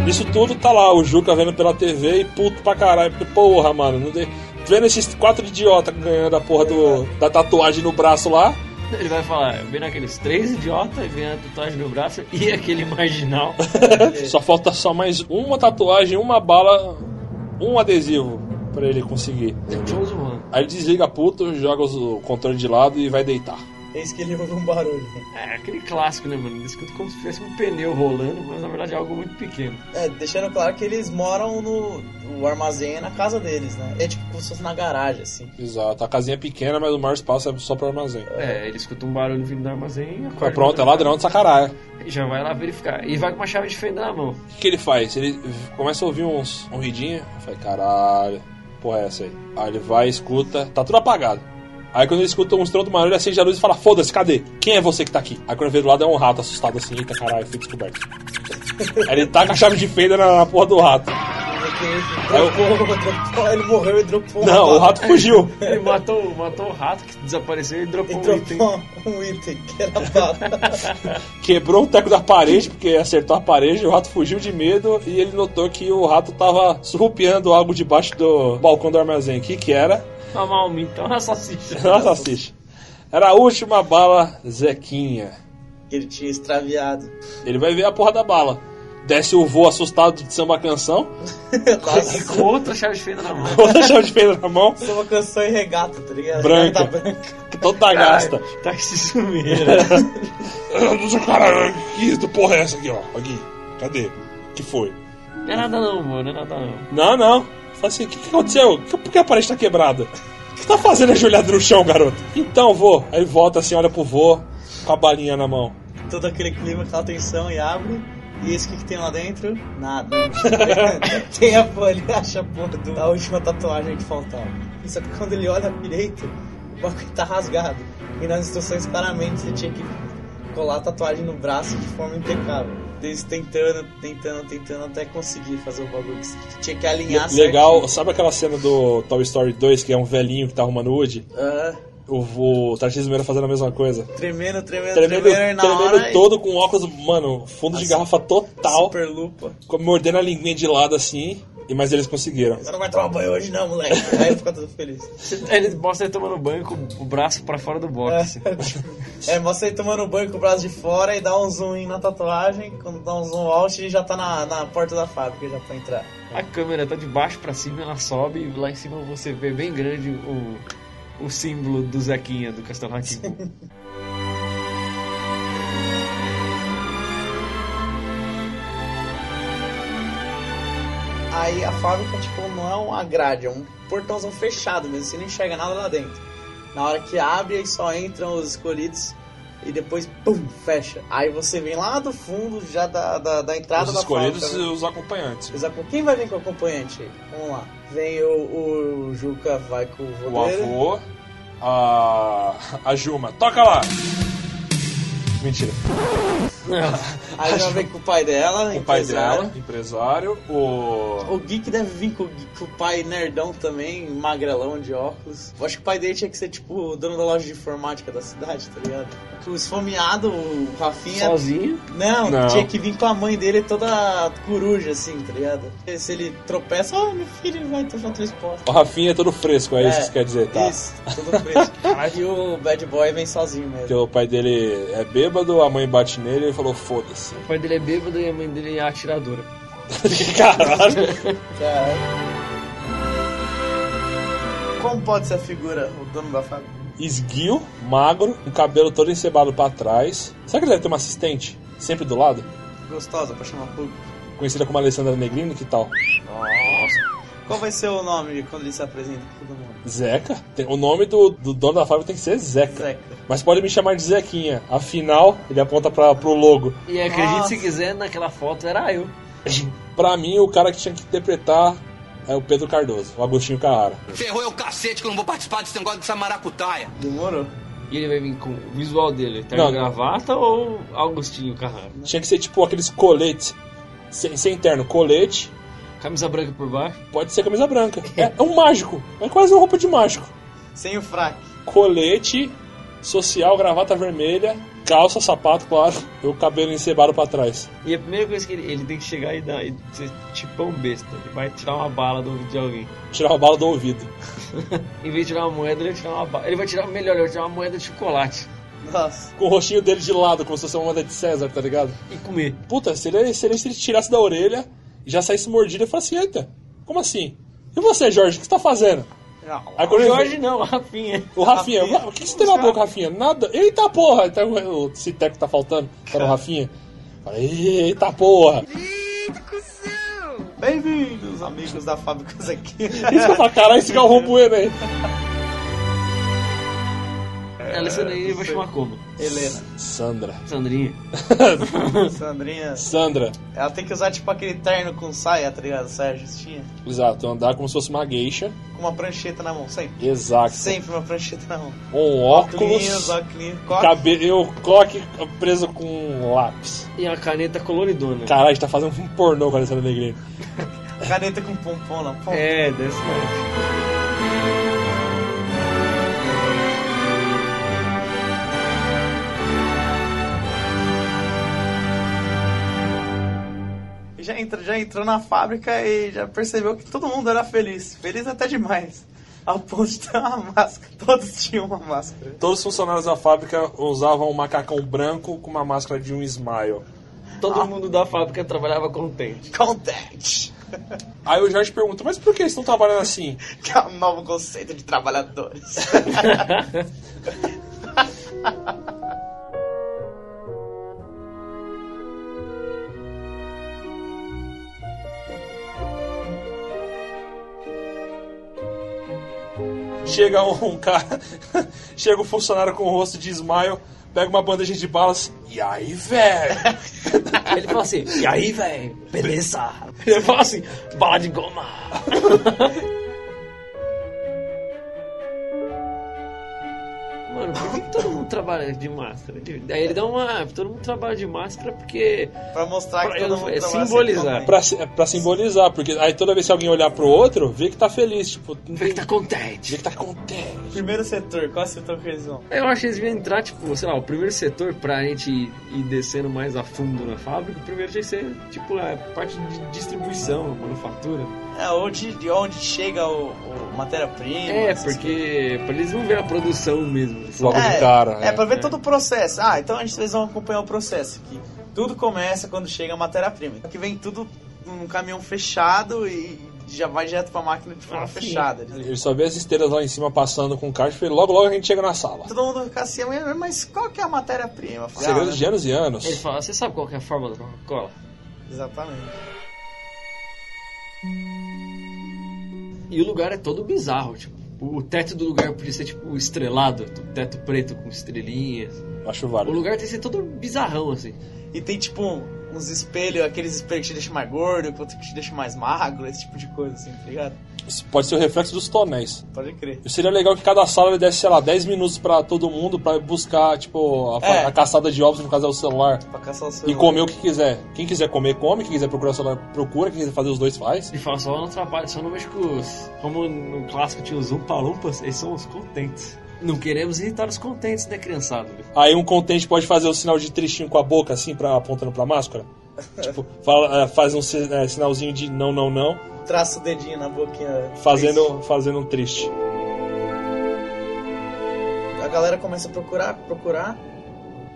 S3: Isso tudo tá lá, o Juca vendo pela TV e puto pra caralho. Porque, porra, mano, não dei... vendo esses quatro idiotas ganhando a porra do, da tatuagem no braço lá.
S4: Ele vai falar, vem naqueles três idiotas, vem a tatuagem no braço e aquele marginal.
S1: É.
S3: só falta só mais uma tatuagem, uma bala, um adesivo pra ele conseguir. Aí ele desliga puto, joga os- o controle de lado e vai deitar.
S1: Eis que ele ouve um barulho.
S4: É aquele clássico, né, mano? Ele escuta como se tivesse um pneu rolando, mas na verdade é algo muito pequeno.
S1: É, deixando claro que eles moram no. O armazém é na casa deles, né? É tipo como se fosse na garagem, assim.
S3: Exato, a casinha é pequena, mas o maior espaço é só pro armazém.
S4: É, ele escuta um barulho vindo do armazém e
S3: Então,
S4: acorda.
S3: pronto, é ladrão de sacará.
S4: E já vai lá verificar. E vai com uma chave de fenda na mão.
S3: O que, que ele faz? Ele v- começa a ouvir uns um ridinho, fala, caralho, porra é essa aí? Aí ele vai, escuta, tá tudo apagado. Aí quando ele escuta um estrondo maior, ele acende a luz e fala, foda-se, cadê? Quem é você que tá aqui? Aí quando ele vê do lado é um rato assustado assim, eita caralho, fui descoberto. Aí ele taca a chave de fenda na, na porra do rato.
S1: Dropou, dropou, ele morreu e dropou. uma
S3: Não,
S1: bala.
S3: o rato fugiu.
S4: Ele matou, matou o rato que desapareceu e dropou
S1: Ele
S4: um item.
S1: dropou um item, que era bala.
S3: Quebrou o teco da parede, porque acertou a parede, o rato fugiu de medo e ele notou que o rato tava surrupiando algo debaixo do balcão do armazém. O que que era?
S4: Uma malmita, um uma salsicha.
S3: Nossa, salsicha. Era a última bala Zequinha.
S1: Ele tinha extraviado.
S3: Ele vai ver a porra da bala. Desce o voo assustado de samba canção,
S4: E com outra chave de fenda na mão.
S3: com a chave de pedra na mão,
S1: Só uma canção em regata, tá ligado?
S3: branca,
S1: Regata branca.
S3: toda gasta.
S4: Tá que se sumeira.
S3: Caralho, que isso, porra é essa aqui, ó? Aqui, cadê? que foi?
S4: Não é nada não, mano, não é nada não.
S3: Não, não. Fala assim, o que, que aconteceu? Que- Por que a parede tá quebrada? O que tá fazendo ajoelhado no chão, garoto? Então, vô. Aí volta assim, olha pro vô, com a balinha na mão.
S1: Todo aquele clima, aquela tensão e abre. E isso o que, que tem lá dentro? Nada. tem a folha, acha a porra do- da última tatuagem que faltava. Só que quando ele olha direito, o bagulho tá rasgado. E nas instruções, claramente, ele tinha que colar a tatuagem no braço de forma impecável. Eles tentando, tentando, tentando até conseguir fazer o bagulho. que Tinha que alinhar
S3: Le- Legal, sabe aquela cena do Toy Story 2, que é um velhinho que tá arrumando Woody?
S1: Aham.
S3: O, vô- o Tarcísio Meira fazendo a mesma coisa.
S1: Tremendo, tremendo,
S3: Tremendo,
S1: tremendo, e na hora.
S3: tremendo
S1: e-
S3: todo com óculos, mano, fundo de garrafa total.
S1: Super lupa.
S3: com- Mordendo a linguinha de lado assim, e mas eles conseguiram.
S1: Você não vai tomar banho hoje, não, moleque. Aí ele fica todo feliz.
S4: Ele mostra ele tomando banho com o braço pra fora do box.
S1: É, mostra ele tomando banho com o braço de fora e dá um zoom in na tatuagem. Quando dá um zoom out, ele já tá na, na porta da fábrica, já pra entrar.
S4: A câmera tá de baixo pra cima, ela sobe e lá em cima você vê bem grande o, o símbolo do Zequinha do Castelo Ratimbo.
S1: Aí a fábrica, tipo, não é uma grade, é um portãozão fechado mesmo, você não enxerga nada lá dentro. Na hora que abre, aí só entram os escolhidos e depois, pum, fecha. Aí você vem lá do fundo, já da, da, da entrada
S3: Os
S1: da
S3: escolhidos
S1: fábrica.
S3: e os acompanhantes.
S1: Eles acom- Quem vai vir com o acompanhante? aí? Vamos lá. Vem o, o Juca, vai com o vô
S3: O
S1: dele.
S3: avô, a, a Juma. Toca lá! Mentira.
S1: Aí já vem com o pai dela,
S3: O pai
S1: empresário.
S3: dela, Ah, empresário, o.
S1: O Geek deve vir com, o Geek- com o pai nerdão também, magrelão de óculos. Eu acho que o pai dele tinha que ser tipo o dono da loja de informática da cidade, tá ligado? O esfomeado, o Rafinha.
S4: Sozinho?
S1: Não,
S3: Não.
S1: tinha que vir com a mãe dele toda coruja, assim, tá ligado? E Se ele tropeça, ah, meu filho vai ter outra resposta.
S3: O Rafinha é todo fresco, é, isso que você quer dizer, tá?
S1: Isso, tudo preso. e o Bad Boy vem sozinho
S3: Porque
S1: mesmo.
S3: o pai dele é bêbado, a mãe bate nele e ele falou, foda-se.
S4: O pai dele é bêbado e a mãe dele é atiradora.
S3: Caralho!
S1: Caralho. Como pode ser a figura, o dono da fábrica?
S3: Esguio, magro, com o cabelo todo encebado pra trás. Será que ele deve ter uma assistente? Sempre do lado?
S1: Gostosa pra chamar público.
S3: Conhecida como Alessandra Negrini, que tal?
S1: Qual vai ser o nome quando ele se apresenta pra todo mundo?
S3: Zeca? Tem- o nome do, do dono da fábrica tem que ser Zeca.
S1: Zeca.
S3: Mas pode me chamar de Zequinha. Afinal, ele aponta pra, pro logo.
S4: E acredite
S1: Nossa.
S4: se quiser, naquela foto era eu.
S3: Pra mim, o cara que tinha que interpretar é o Pedro Cardoso, o Agostinho Carrara.
S7: Ferrou é o cacete que eu não vou participar desse negócio dessa maracutaia.
S1: Demorou?
S4: E ele vai vir com o visual dele, terno
S3: Não.
S4: e gravata ou Augustinho Carrara?
S3: Tinha que ser tipo aqueles coletes. Sem, sem terno, colete.
S4: Camisa branca por baixo?
S3: Pode ser camisa branca. É, é um mágico. É quase uma roupa de mágico.
S1: Sem o fraque.
S3: Colete, social, gravata vermelha, calça, sapato, claro. E o cabelo encebado pra trás.
S4: E a primeira coisa que ele, ele tem que chegar e dar, e ser tipão besta, ele vai tirar uma bala do ouvido de alguém.
S3: Tirar a bala do ouvido.
S4: Em vez de tirar uma moeda, ele vai tirar uma bala. Ele vai tirar, melhor, ele vai tirar uma moeda de chocolate.
S1: Nossa.
S3: Com o rostinho dele de lado, como se fosse uma moeda de César, tá ligado?
S4: E comer.
S3: Puta, seria, seria se ele tirasse da orelha e já saísse mordido e falasse, eita, como assim? E você, Jorge, o que você tá fazendo?
S4: Não,
S1: Ah,
S3: Aí quando
S4: o
S3: ele-
S4: Jorge não, o Rafinha.
S3: O Rafinha, o que, que você tem na boca, Rafinha? Nada. Eita porra! Tá, o Citeco tá faltando, tá no Rafinha. Fala, Eita porra!
S1: Bem-vindos, amigos da Fábrica aqui.
S3: Isso que eu falo, caralho, esse é um Galvão Bueno aí.
S4: Ela aí vai chamar como?
S1: Helena.
S3: Sandra.
S4: Sandrinha.
S1: Sandrinha.
S3: Sandra.
S1: Ela tem que usar tipo aquele terno com saia, tá ligado? Saia justinha.
S3: Exato, um andar como se fosse uma geisha.
S1: Com uma prancheta na mão, sempre.
S3: Exato.
S1: Sempre uma prancheta na mão.
S3: Um
S1: Óculos,
S3: óculos.
S1: óculos, coque.
S3: Cabelo, coque preso com um lápis.
S4: E a caneta coloridona.
S3: Caralho, a gente tá fazendo um pornô com a Alessandra Negrini.
S1: Caneta com pompom na ponta.
S4: É, desse jeito.
S1: Já, entrou, já entrou na fábrica e já percebeu que todo mundo era feliz. Feliz até demais. Ao ponto de ter uma máscara. Todos tinham uma máscara.
S3: Todos os funcionários da fábrica usavam um macacão branco com uma máscara de um smile.
S4: Todo mundo da fábrica trabalhava contente.
S1: Contente!
S3: Aí o Jorge pergunta, mas por que eles estão trabalhando assim?
S1: Que é um novo conceito de trabalhadores.
S3: Chega um cara, chega um funcionário com o rosto de smile, pega uma bandeja de balas. E aí, velho?
S4: Ele fala assim, e aí, velho? Beleza. Ele fala assim, bala de goma. Mano, por que que todo mundo trabalha de máscara? De- Aí ele dá uma. Todo mundo trabalha de máscara porque.
S1: pra mostrar
S4: Pra-
S1: que todo mundo
S4: é
S1: trabalha assim
S4: simbolizar.
S1: sempre
S3: Pra, si- é pra simbolizar, porque aí toda vez que alguém olhar pro outro, vê que tá feliz, tipo,
S4: Vê que tá contente.
S3: vê que tá contente.
S1: contente. Primeiro setor, qual é setor que eles vão?
S4: Eu acho que eles deviam entrar, tipo, sei lá, o primeiro setor pra gente ir, ir descendo mais a fundo na fábrica, o primeiro tinha que ser, tipo, a parte de distribuição, manufatura.
S1: É, onde, de onde chega o, o matéria-prima.
S4: É,
S1: essas
S4: porque pra eles não ver a produção mesmo. Só
S3: Logo de cara.
S1: É, pra ver todo o processo. Ah, então a gente, eles vão acompanhar o processo aqui. Tudo começa quando chega a matéria-prima. Aqui vem tudo num caminhão fechado e já vai direto pra máquina de forma
S4: Ah, sim.
S1: fechada.
S3: Ele só vê as esteiras lá em cima passando com o caixa e falei, logo logo a gente chega na sala.
S1: Todo mundo fica assim, mas qual que é a matéria-prima? Eu falei, ah,
S3: Segredos
S1: né?
S3: de anos e anos.
S4: Ele fala, você sabe qual que é a fórmula da Coca-Cola?
S1: Exatamente.
S4: E o lugar é todo bizarro, tipo. O teto do lugar podia ser, tipo, estrelado. Teto preto com estrelinhas.
S3: Acho
S4: O
S3: válido.
S4: lugar tem que ser todo bizarrão, assim.
S1: E tem tipo um- uns espelhos, aqueles espelhos que te deixam mais gordo, outro que te deixam mais magro, esse tipo de coisa, assim, tá ligado?
S3: Isso pode ser o reflexo dos tonéis.
S1: Pode crer.
S3: E Seria legal que cada sala ele desse, sei lá, 10 minutos pra todo mundo pra buscar, tipo, a, fa-
S1: É.
S3: a caçada de ovos no caso é o celular.
S1: Pra caçar o seu.
S3: E comer o que quiser. Quem quiser comer, come. Quem quiser procurar o celular, procura. Quem quiser fazer os dois, faz.
S4: E fala, só não trabalho, só não mexo com os. Como no clássico tinha os umpalumpas, eles são os contentes. Não queremos irritar os contentes, né, criançada?
S3: Aí um contente pode fazer o sinal de tristinho com a boca, assim, pra, apontando pra máscara. tipo, fala- é, faz um si- é, sinalzinho de não, não, não.
S1: Traça o dedinho na boquinha.
S3: Fazendo, fazendo um triste.
S1: A galera começa a procurar, procurar.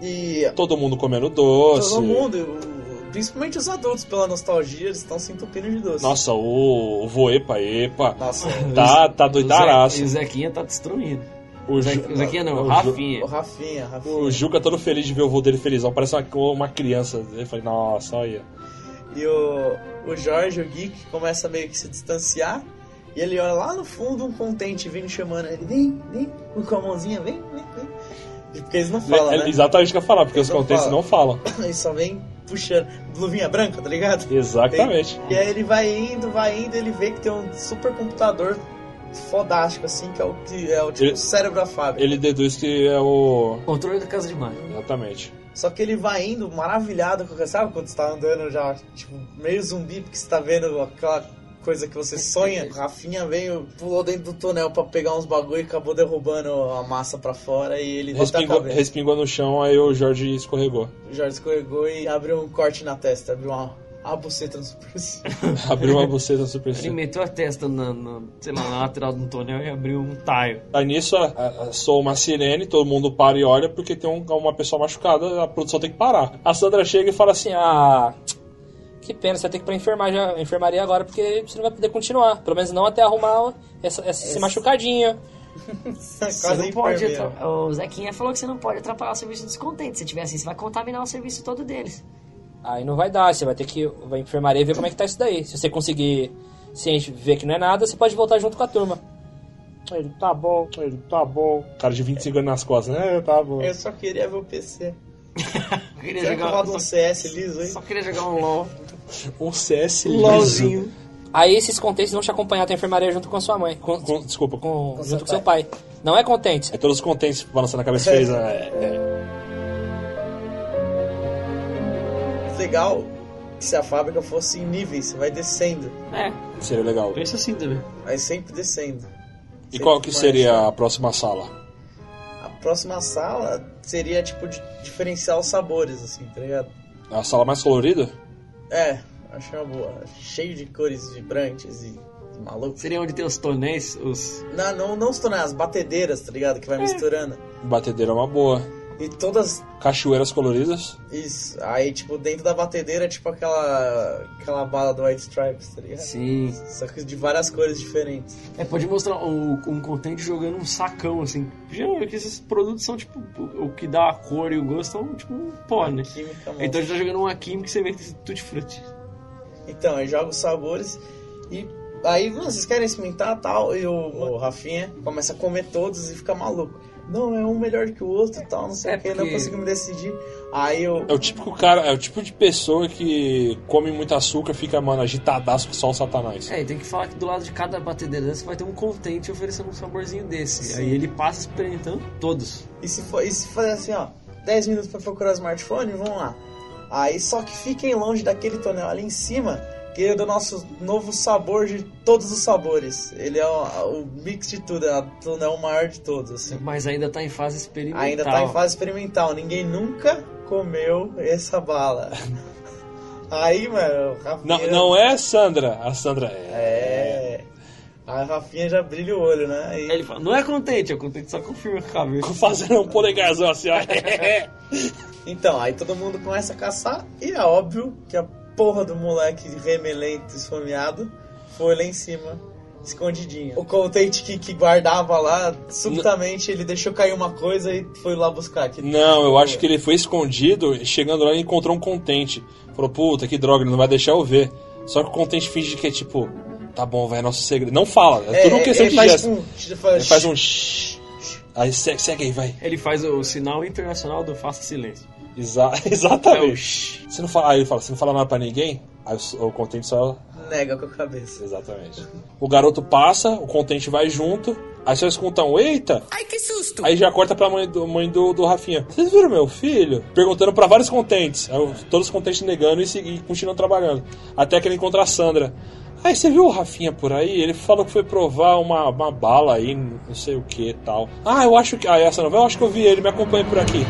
S1: E
S3: Todo mundo comendo doce.
S1: todo mundo, o- principalmente os adultos, pela nostalgia, eles estão se entupindo de doce.
S3: Nossa, o, o voepa, epa.
S1: Nossa,
S3: Tá, tá
S4: E o
S3: doidaraço.
S4: Zequinha tá destruindo.
S3: O, Ju-
S4: O Zequinha não,
S3: o
S4: o
S3: Ju-
S4: Rafinha.
S1: o Rafinha, Rafinha.
S3: o Juca todo feliz de ver o vô dele felizão. Parece uma, uma criança. Eu falei, nossa, olha.
S1: E o, o Jorge, o Geek, começa meio que se distanciar. E ele olha lá no fundo um contente vindo chamando ele. Vem, vem, com a mãozinha, vem, vem, vem. E Porque eles não falam,
S3: É
S1: né?
S3: Exatamente o que eu ia falar, porque
S1: Eles
S3: os
S1: não
S3: contentes
S1: falam.
S3: não falam.
S1: Eles só vem puxando. Luvinha branca, tá ligado?
S3: Exatamente.
S1: E aí ele vai indo, vai indo, ele vê que tem um super computador fodástico, assim, que é o que é o tipo
S3: Ele-
S1: cérebro da fábrica.
S3: Ele deduz que é o.
S4: Controle da casa de mágica.
S3: Exatamente.
S1: Só que ele vai indo maravilhado com sabe quando você tá andando já, tipo, meio zumbi, porque você tá vendo aquela coisa que você sonha. O Rafinha veio, pulou dentro do tonel pra pegar uns bagulho e acabou derrubando a massa pra fora e ele bateu a
S3: Respingou,
S1: cabeça.
S3: respingou no chão, aí o Jorge escorregou.
S1: O Jorge escorregou e abriu um corte na testa, abriu uma A buceta no Super C.
S3: Abriu uma buceta no Super
S4: Ele
S3: C.
S4: meteu a testa na, na, sei lá, na lateral do tonel e abriu um taio.
S3: Aí nisso a- a- a- soa uma sirene, todo mundo para e olha porque tem um- uma pessoa machucada, a produção tem que parar. A Sandra chega e fala assim: Ah,
S16: Que pena, você vai ter que ir pra enfermagem, enfermaria agora, porque você não vai poder continuar. Pelo menos não até arrumar essa, essa, esse machucadinho.
S4: Você não pode então.
S16: enfermeira.
S4: atra- O Zequinha falou que você não pode atrapalhar o serviço dos contentes. Se tiver assim, você vai contaminar o serviço todo deles.
S16: Aí não vai dar, você vai ter que ir pra enfermaria e ver como é que tá isso daí. Se você conseguir se enche- ver que não é nada, você pode voltar junto com a turma.
S3: ele tá bom, ele tá bom. Cara de 25 anos nas costas, né? Tá bom.
S16: É,
S1: Eu só queria ver o PC.
S4: Eu queria
S1: Será
S4: jogar-
S1: que eu rodo
S4: só-
S1: um CS liso, hein?
S4: Só queria jogar um LOL.
S3: Um CS liso.
S16: LOLzinho. Aí esses contentes vão te acompanhar até a enfermaria junto com a sua mãe. Com-
S3: Com- desculpa, com,
S16: junto com seu pai. Não é contente.
S3: É todos os contentes balançando a cabeça feliz, né?
S1: Legal que se a fábrica fosse em níveis, você vai descendo.
S4: É.
S3: Seria legal.
S4: Pensa assim também.
S1: Vai sempre descendo.
S3: E qual que seria a próxima sala?
S1: A próxima sala seria, tipo, de diferenciar os sabores, assim, tá ligado?
S3: A sala mais colorida?
S1: É, achei uma boa. Cheio de cores vibrantes e maluco.
S4: Seria onde tem os tonéis, os...
S1: Não, não, não os tonéis, as batedeiras, tá ligado?
S3: É.
S1: Que vai misturando.
S3: Batedeira é uma boa.
S1: E todas
S3: Cachoeiras coloridas?
S1: Isso, aí tipo, dentro da batedeira é tipo aquela. aquela bala do White Stripes, tá ligado?
S4: Sim.
S1: Só que de várias cores diferentes.
S4: É, pode mostrar um, um contente jogando um sacão, assim. Geralmente esses produtos são, tipo, o o que dá a cor e o gosto são, tipo, um pó, né?
S1: Química monstra.
S4: Então ele tá jogando uma química e você vê que tem tudo de frutti.
S1: Então, aí joga os sabores e. Aí, mano, vocês querem experimentar tal? E o, o Rafinha começa a comer todos e fica maluco. Não, é um melhor que o outro tal, não sei o que, não
S3: porque-
S1: consigo me decidir. Aí eu.
S3: É o típico cara, é o tipo de pessoa que come muito açúcar e fica, mano, agitadaço que só o satanás.
S4: É, e tem que falar que do lado de cada batedeira dessa vai ter um contente oferecendo um saborzinho desse. Aí ele passa experimentando todos.
S1: E se, for, e se fazer assim, ó, 10 minutos pra procurar o smartphone, vamos lá. Aí só que fiquem longe daquele tonel ali em cima, que é do nosso novo sabor de todos os sabores. Ele é o, o mix de tudo, é o tonel maior de todos, assim.
S4: Mas ainda tá em fase experimental.
S1: Ainda tá em fase experimental, ninguém nunca comeu essa bala. Aí, mano, o Rafinha,
S3: Não, não é Sandra, a Sandra é.
S1: É. A Rafinha já brilha o olho, né? Aí
S4: ele fala, não é contente, é contente só confirma com a cabeça.
S3: Fazendo um polegarzão assim, ó.
S1: Então, aí todo mundo começa a caçar e é óbvio que a porra do moleque remelento, esfomeado, foi lá em cima, escondidinho. O contente que, que guardava lá, subitamente ele deixou cair uma coisa e foi lá buscar. Que
S3: Não, eu acho que ele foi escondido e chegando lá ele encontrou um contente. Falou, puta, que droga, ele não vai deixar eu ver. Só que o contente finge que é tipo, tá bom, vai, é nosso segredo. Não fala, é, tudo uma questão de
S1: faz
S3: gesto.
S1: um- ele faz-
S3: Ele faz um shhh. Aí segue, segue aí, vai.
S4: Ele faz o sinal internacional do faça silêncio.
S3: Exa- exatamente. Você não fala, aí ele fala, você não fala nada pra ninguém? Aí o s- o contente só.
S1: Nega com a cabeça.
S3: Exatamente. O garoto passa, o contente vai junto. Aí só escuta um, eita!
S5: Ai, que susto!
S3: Aí já corta pra mãe do, mãe do, do Rafinha. Vocês viram meu filho? Perguntando pra vários contentes. Aí eu- todos os contentes negando e, segui- e continuam trabalhando. Até que ele encontra a Sandra. Aí você viu o Rafinha por aí? Ele falou que foi provar uma, uma bala aí, não sei o que e tal. Ah, eu acho que. Ah, essa novela eu acho que eu vi ele, me acompanha por aqui.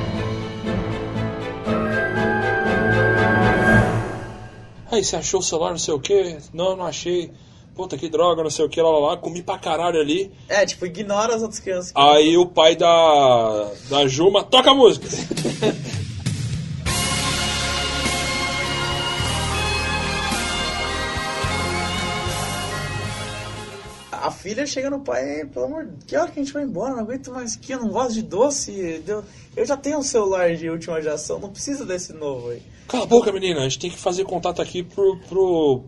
S3: Aí você achou o celular, não sei o que? Não, não achei. Puta que droga, não sei o que, lá, lá, lá. Comi pra caralho ali.
S1: É, tipo, ignora as outras crianças.
S3: Aí o pai da, da Juma toca a música.
S1: A filha chega no pai, "Ei, pelo amor de Deus, que hora que a gente vai embora? Não aguento mais que eu não gosto de doce. deu- Eu já tenho um celular de última geração, não precisa desse novo aí.
S3: Cala a boca, menina. A gente tem que fazer contato aqui pro. pro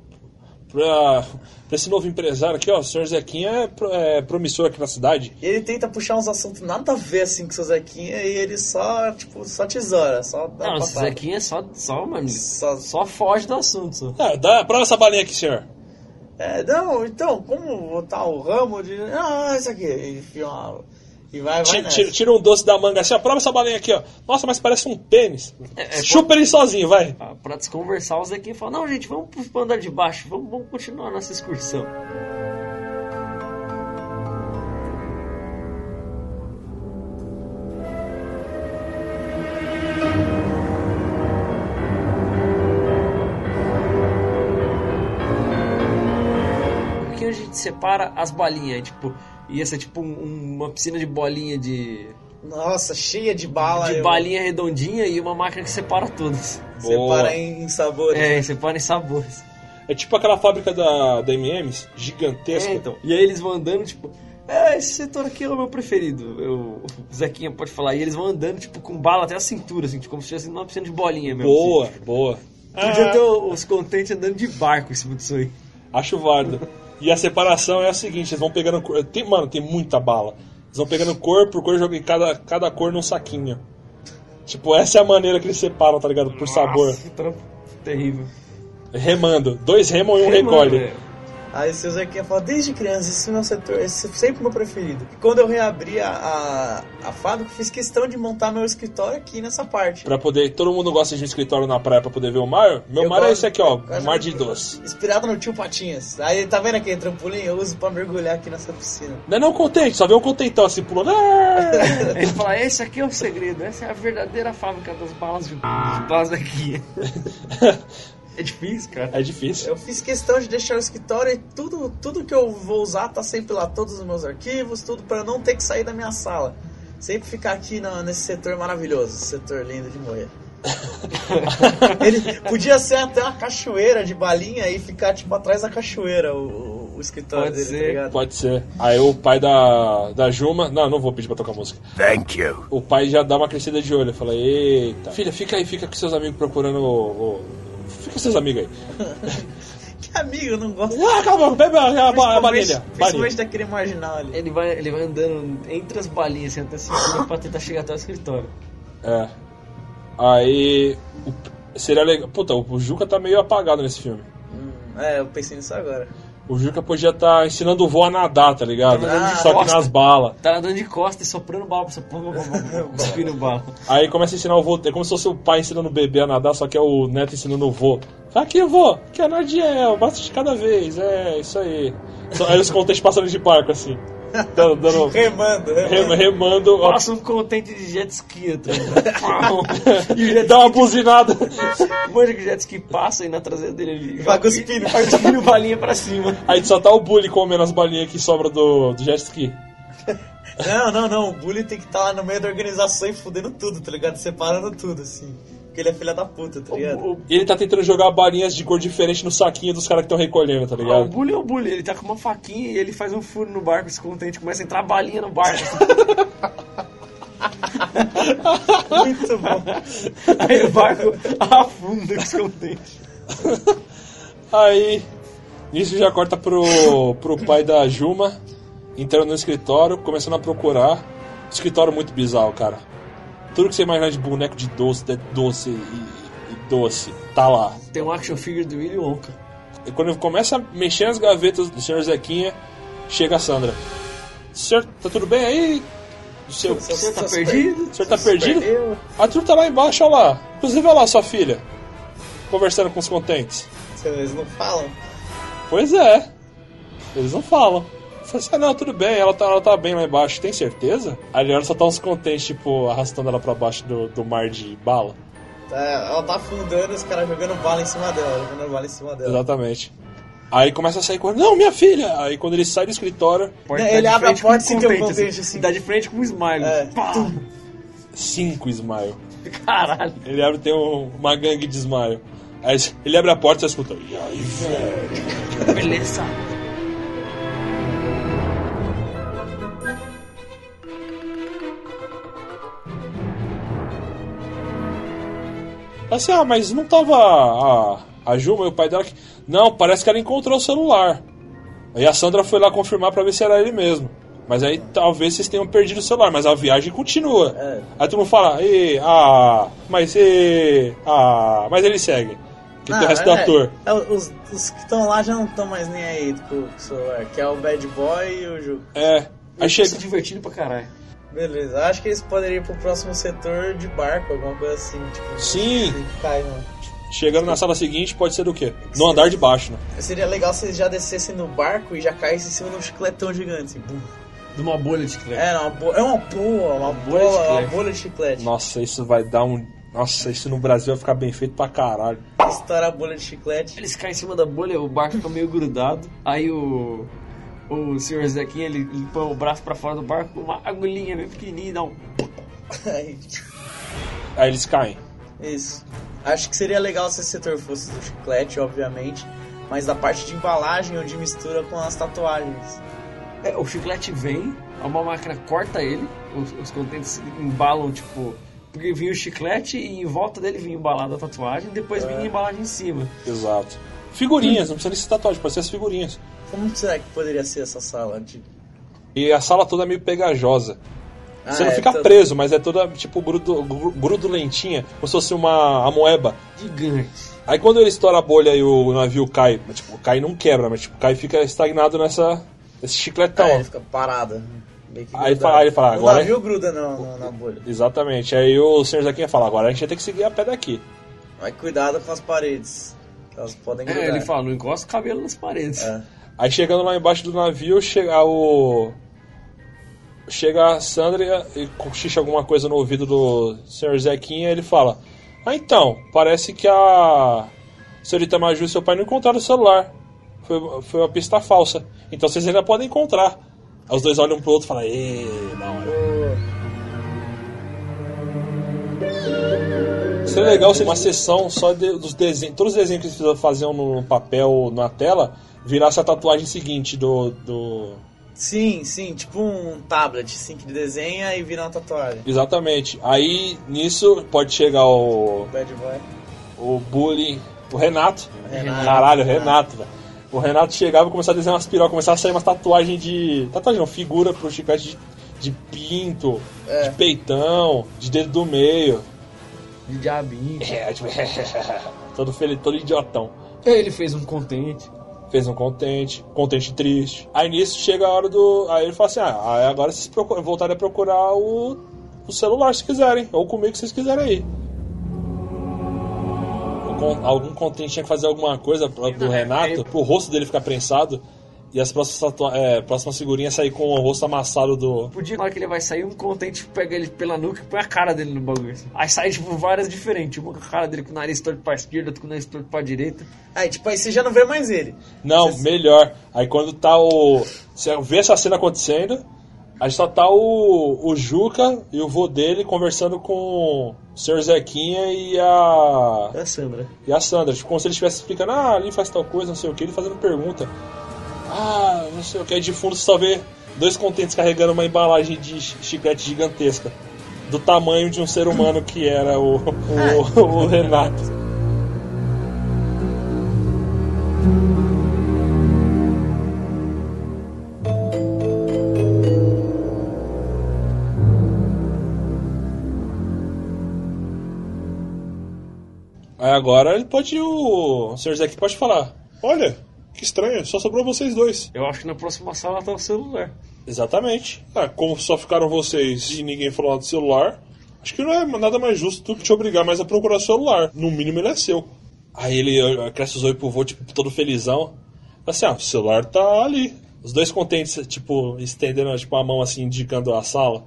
S3: pra, pra esse novo empresário aqui, ó. O senhor Zequinha é, pro- é promissor aqui na cidade.
S1: E ele tenta puxar uns assuntos nada a ver assim com o seu Zequinha e ele só, tipo, só tesoura, só dá
S4: Não,
S1: uma
S4: esse
S1: patada.
S4: Zequinha é só, só, mano,
S1: só,
S4: foge do assunto. Só.
S3: Ah, dá, prova essa balinha aqui, senhor.
S1: É, não, então, como botar o ramo de. Ah, isso aqui. E, enfia uma- e vai, vai.
S3: Tira,
S1: Nessa.
S3: tira- tira um doce da manga assim, ó. Prova essa balinha aqui, ó. Nossa, mas parece um pênis. Chupa ele sozinho, vai.
S4: Ah, Pra desconversar, o Zequinha fala, não, gente, vamos pro andar de baixo, vamos, vamos continuar nossa excursão. separa as bolinhas. Tipo, ia ser tipo um- uma piscina de bolinha de.
S1: Nossa, cheia de bala.
S4: De
S1: eu-
S4: balinha redondinha e uma máquina que separa todas.
S1: Separa em sabores.
S4: É, separa em sabores.
S3: É tipo aquela fábrica da, da M&M's, gigantesca.
S4: É, então. E aí eles vão andando, tipo, é, esse setor aqui é o meu preferido. Eu, o Zequinha pode falar. E eles vão andando, tipo, com bala até a cintura, assim, tipo, como se estivesse numa piscina de bolinha mesmo.
S3: Boa, boa.
S4: Assim. Podia ter os contentes andando de barco em cima disso aí.
S3: Acho válido. E a separação é a seguinte, eles vão pegando... cor- Tem, mano, tem muita bala. Eles vão pegando cor por cor, jogando cada, cada cor num saquinho. Tipo, essa é a maneira que eles separam, tá ligado? Por sabor.
S4: Que trampo terrível.
S3: Remando. Dois remam e um
S4: Remando,
S3: recolhe.
S4: é.
S1: Aí o seu Zequinha fala, desde criança, esse é o meu setor, esse é sempre o meu preferido. E quando eu reabri a, a, a fábrica, eu fiz questão de montar meu escritório aqui nessa parte.
S3: Pra poder... Todo mundo gosta de um escritório na praia pra poder ver o mar. Meu
S1: Eu
S3: mar é
S1: gosto-
S3: esse aqui, ó.
S1: gosto
S3: Mar
S1: muito.
S3: de doce.
S1: Inspirado no tio Patinhas. Aí tá vendo aquele trampolim? Eu uso pra mergulhar aqui nessa piscina.
S3: Não é não contente, só vê um contentão assim pulando. Ah!
S4: Ele fala, esse aqui é o segredo, essa é a verdadeira fábrica das balas de, de balas daqui. é difícil, cara.
S3: É difícil.
S1: Eu fiz questão de deixar o escritório e tudo, tudo que eu vou usar tá sempre lá, todos os meus arquivos, tudo pra não ter que sair da minha sala. Sempre ficar aqui na- nesse setor maravilhoso, esse setor lindo de morrer. Ele podia ser até uma cachoeira de balinha e ficar tipo atrás da cachoeira o, o- o escritório
S3: Pode
S1: dele,
S3: ser.
S1: tá ligado?
S3: Pode ser. Aí o pai da, da Juma. Não, não vou pedir pra tocar música.
S13: Thank you.
S3: O pai já dá uma crescida de olho. Fala, eita. Filha, fica aí, fica com seus amigos procurando. o- o- fica com seus amigos aí.
S1: Que amigo, eu não gosto.
S3: Ah, calma, bebe a, a, a barilha.
S1: Principalmente daquele marginal ali.
S4: Ele vai, ele vai andando entre as balinhas, assim, até a cintura pra tentar chegar até o escritório.
S3: É. Aí. o- seria legal. Puta, o, o Juca tá meio apagado nesse filme.
S1: É, eu pensei nisso agora.
S3: O Juca podia estar ensinando o vô a nadar, tá ligado?
S1: Tá nadando de
S3: Só que
S1: costa.
S3: nas balas.
S4: Tá andando de costas e soprando bala pra você. pum, pum, pum, pum, Cuspindo bala.
S3: Aí começa a ensinar o vô. É como se fosse o pai ensinando o bebê a nadar, só que é o neto ensinando o vô. Fala aqui, vô, que é nadinha, é, eu bato de cada vez, é, isso aí. Só, aí os contentes passando de barco, assim. Dando, dando-
S1: Remando,
S3: rem-
S1: remando.
S3: remando. ó,
S4: Passa um contente de jet ski atrás. Pau. E o jet
S3: Dá uma buzinada.
S4: ski, manja que o jet ski passa aí na traseira dele. Ele
S1: Vai
S4: joga-
S1: cuspindo.
S4: vai cuspindo balinha pra cima.
S3: Aí só tá o bully comendo as balinhas que sobra do, do jet ski.
S1: Não, não, não. O bully tem que estar lá no meio da organização e fudendo tudo, tá ligado? Separando tudo, assim. Porque ele é filha da puta, tá ligado?
S4: O, o,
S3: E ele tá tentando jogar balinhas de cor diferente no saquinho dos caras que estão recolhendo, tá
S4: ah, o
S3: ligado?
S4: bully é o bully. Ele tá com uma faquinha e ele faz um furo no barco, esse contente. Começa a entrar balinha no barco.
S1: Muito bom.
S4: aí o barco afunda com esse contente.
S3: Aí, nisso já corta pro, pro pai da Juma, entrando no escritório, começando a procurar. Escritório muito bizarro, cara. Tudo que você imaginar de boneco de doce, de doce e, e doce, tá lá.
S4: Tem um action figure do Willy Wonka.
S3: E quando ele começa a mexer nas gavetas do senhor Zequinha, chega a Sandra. Senhor, tá tudo bem aí? O seu, o
S4: Você tá
S1: Seus
S4: perdido?
S3: senhor tá perdido?
S1: perdeu.
S3: A turma tá lá embaixo, olha lá. Inclusive, olha lá sua filha. Conversando com os contentes.
S1: Eles não falam?
S3: Pois é. Eles não falam. Fala assim, ah, não, tudo bem, ela tá, ela tá bem lá embaixo, tem certeza? A Leona só tá uns contentes, tipo, arrastando ela pra baixo do, do mar de bala.
S1: Tá, ela tá afundando os caras jogando bala em cima dela, jogando bala em cima dela.
S3: Exatamente. Aí começa a sair correndo, não, minha filha! Aí quando ele sai do escritório,
S4: Porta
S1: Não,
S4: tá
S1: Né, ele
S4: de
S1: abre a
S4: frente
S1: porta
S4: com
S1: e tem um
S4: contente,
S1: contente, assim.
S4: Tá de frente com um smile.
S1: É.
S4: Pá!
S3: cinco Smile.
S4: Caralho.
S3: Ele abre, tem um- uma gangue de Smile. Aí ele abre a porta e você escuta. "E aí,
S4: Beleza.
S3: Fala assim, ah, mas não tava a, a Juma e o pai dela que. Não, parece que ela encontrou o celular. Aí a Sandra foi lá confirmar pra ver se era ele mesmo. Mas aí talvez vocês tenham perdido o celular, mas a viagem continua.
S1: É.
S3: Aí todo mundo fala, e, ah, mas e, ah, mas ele segue. Que tem o resto do
S1: é,
S3: ator.
S1: é, os, os que estão lá já não estão mais nem aí com o celular, que é o Bad Boy e o Ju.
S3: É. Aí
S4: Chega. Se
S3: chega.
S4: divertindo pra caralho.
S1: Beleza, acho que eles poderiam ir pro próximo setor de barco, alguma coisa assim, tipo.
S3: Sim.
S1: que Cai, né? mano.
S3: Chegando na sala seguinte, pode ser do quê? No andar de baixo, né?
S1: Seria legal se eles já descessem no barco e já caíssem em cima de um chicletão gigante, assim. bum.
S4: De uma bolha de chiclete.
S1: É, uma bo- é uma boa, uma,
S4: bolha de
S1: boa, uma
S4: chiclete.
S1: bolha de chiclete.
S3: Nossa, isso vai dar um. Nossa, isso no Brasil vai ficar bem feito pra caralho.
S1: Estoura a bolha de chiclete.
S4: Eles caem em cima da bolha, o barco fica meio grudado. Aí o. o senhor Zequinha, ele, ele põe o braço pra fora do barco com uma agulhinha bem pequenininha e dá um...
S3: Aí eles caem.
S1: Isso. Acho que seria legal se esse setor fosse do chiclete, obviamente, mas da parte de embalagem onde mistura com as tatuagens.
S4: É, o chiclete vem, uma máquina corta ele, os, os contentes embalam, tipo... Porque vinha o chiclete e em volta dele vinha embalada a tatuagem, depois vinha a embalagem em cima.
S3: Exato. Figurinhas, não precisa nem ser tatuagem, pode ser as figurinhas.
S1: Como será que poderia ser essa sala? De...
S3: E a sala toda é meio pegajosa.
S1: Ah,
S3: Você não
S1: é,
S3: fica
S1: tá-
S3: preso, mas é toda tipo grudo, gru- grudulentinha, como se fosse uma amoeba.
S4: Gigante.
S3: Aí quando ele estoura a bolha e o navio cai, mas, tipo, cai não quebra, mas tipo, cai e fica estagnado nessa nesse chicletão.
S1: É, ele fica parado. Meio que
S3: Então, Aí ele
S1: grudado.
S3: fala- aí ele fala,
S1: o
S3: agora- é-"
S1: navio gruda na, na, na bolha.
S3: Exatamente. Aí o senhor Zequinha fala, agora a gente vai ter que seguir a pé daqui.
S1: Mas cuidado com as paredes. que Elas podem grudar.
S4: É, ele fala, não encosta o cabelo nas paredes.
S3: Aí chegando lá embaixo do navio, chega o. Chega a Sandra e cochicha alguma coisa no ouvido do Sr. Zequinha e ele fala: Ah, então, parece que a. Senhorita Maju e seu pai não encontraram o celular. Foi, foi uma pista falsa. Então vocês ainda podem encontrar. Aí os dois olham um pro outro e falam: Ê, é da hora. Seria legal se uma sessão só de- dos desenhos. Todos os desenhos que eles fizeram- faziam no papel ou na tela virasse a tatuagem seguinte do- do...
S1: Sim, sim, tipo um tablet, assim, que desenha e vira uma tatuagem.
S3: Exatamente. Aí nisso pode chegar o.
S1: Bad boy.
S3: O bullying. O Renato.
S1: Renato.
S3: Caralho, Renato, velho. O Renato chegava e começava a desenhar umas pirocas, começava a sair umas tatuagens de. Tatuagem não, figura pro chiclete de, de pinto, de peitão, de dedo do meio.
S4: De diabinho.
S3: É, tipo. todo feliz, todo idiotão.
S4: Ele fez um contente.
S3: Fez um contente, contente triste. Aí nisso chega a hora do. Aí ele fala assim: ah, aí agora vocês procu- voltarem a procurar o, o celular se quiserem, ou comigo se vocês quiserem aí. O con- Algum contente tinha que fazer alguma coisa pro, pro Renato, pro rosto dele ficar prensado e as próximas, tatua- é, próximas figurinhas sair com o rosto amassado do.
S4: Podia, na hora que ele vai sair, um contente pega ele pela nuca e põe a cara dele no bagulho. assim. Aí sai, tipo, várias diferentes. Uma com a cara dele com o nariz torto pra esquerda, outra com o nariz torto pra direita.
S1: Aí, tipo, aí você já não vê mais ele.
S3: Não, melhor. Aí quando tá o. Você vê essa cena acontecendo, aí só tá o, o Juca e o vô dele conversando com o Sr. Zequinha e a.
S4: É a Sandra.
S3: E a Sandra. Tipo, como se ele estivesse explicando, ah, ali faz tal coisa, não sei o que, ele fazendo pergunta. Ah, não sei o que. Aí de fundo você só vê dois contentes carregando uma embalagem de chi- chiclete gigantesca. Do tamanho de um ser humano que era o, o, o Renato. Aí agora ele pode. O, o Sr. Zé que pode falar. Olha, que estranho, só sobrou vocês dois.
S4: Eu acho que na próxima sala tá o celular.
S3: Exatamente. Ah, como só ficaram vocês e ninguém falou nada do celular, acho que não é nada mais justo do que te obrigar mais a procurar o celular. No mínimo ele é seu. Aí ele ó, cresce os olhos pro vô, tipo, todo felizão. Fala Assim, ah, o celular tá ali. Os dois contentes, tipo, estendendo tipo, a mão assim, indicando a sala.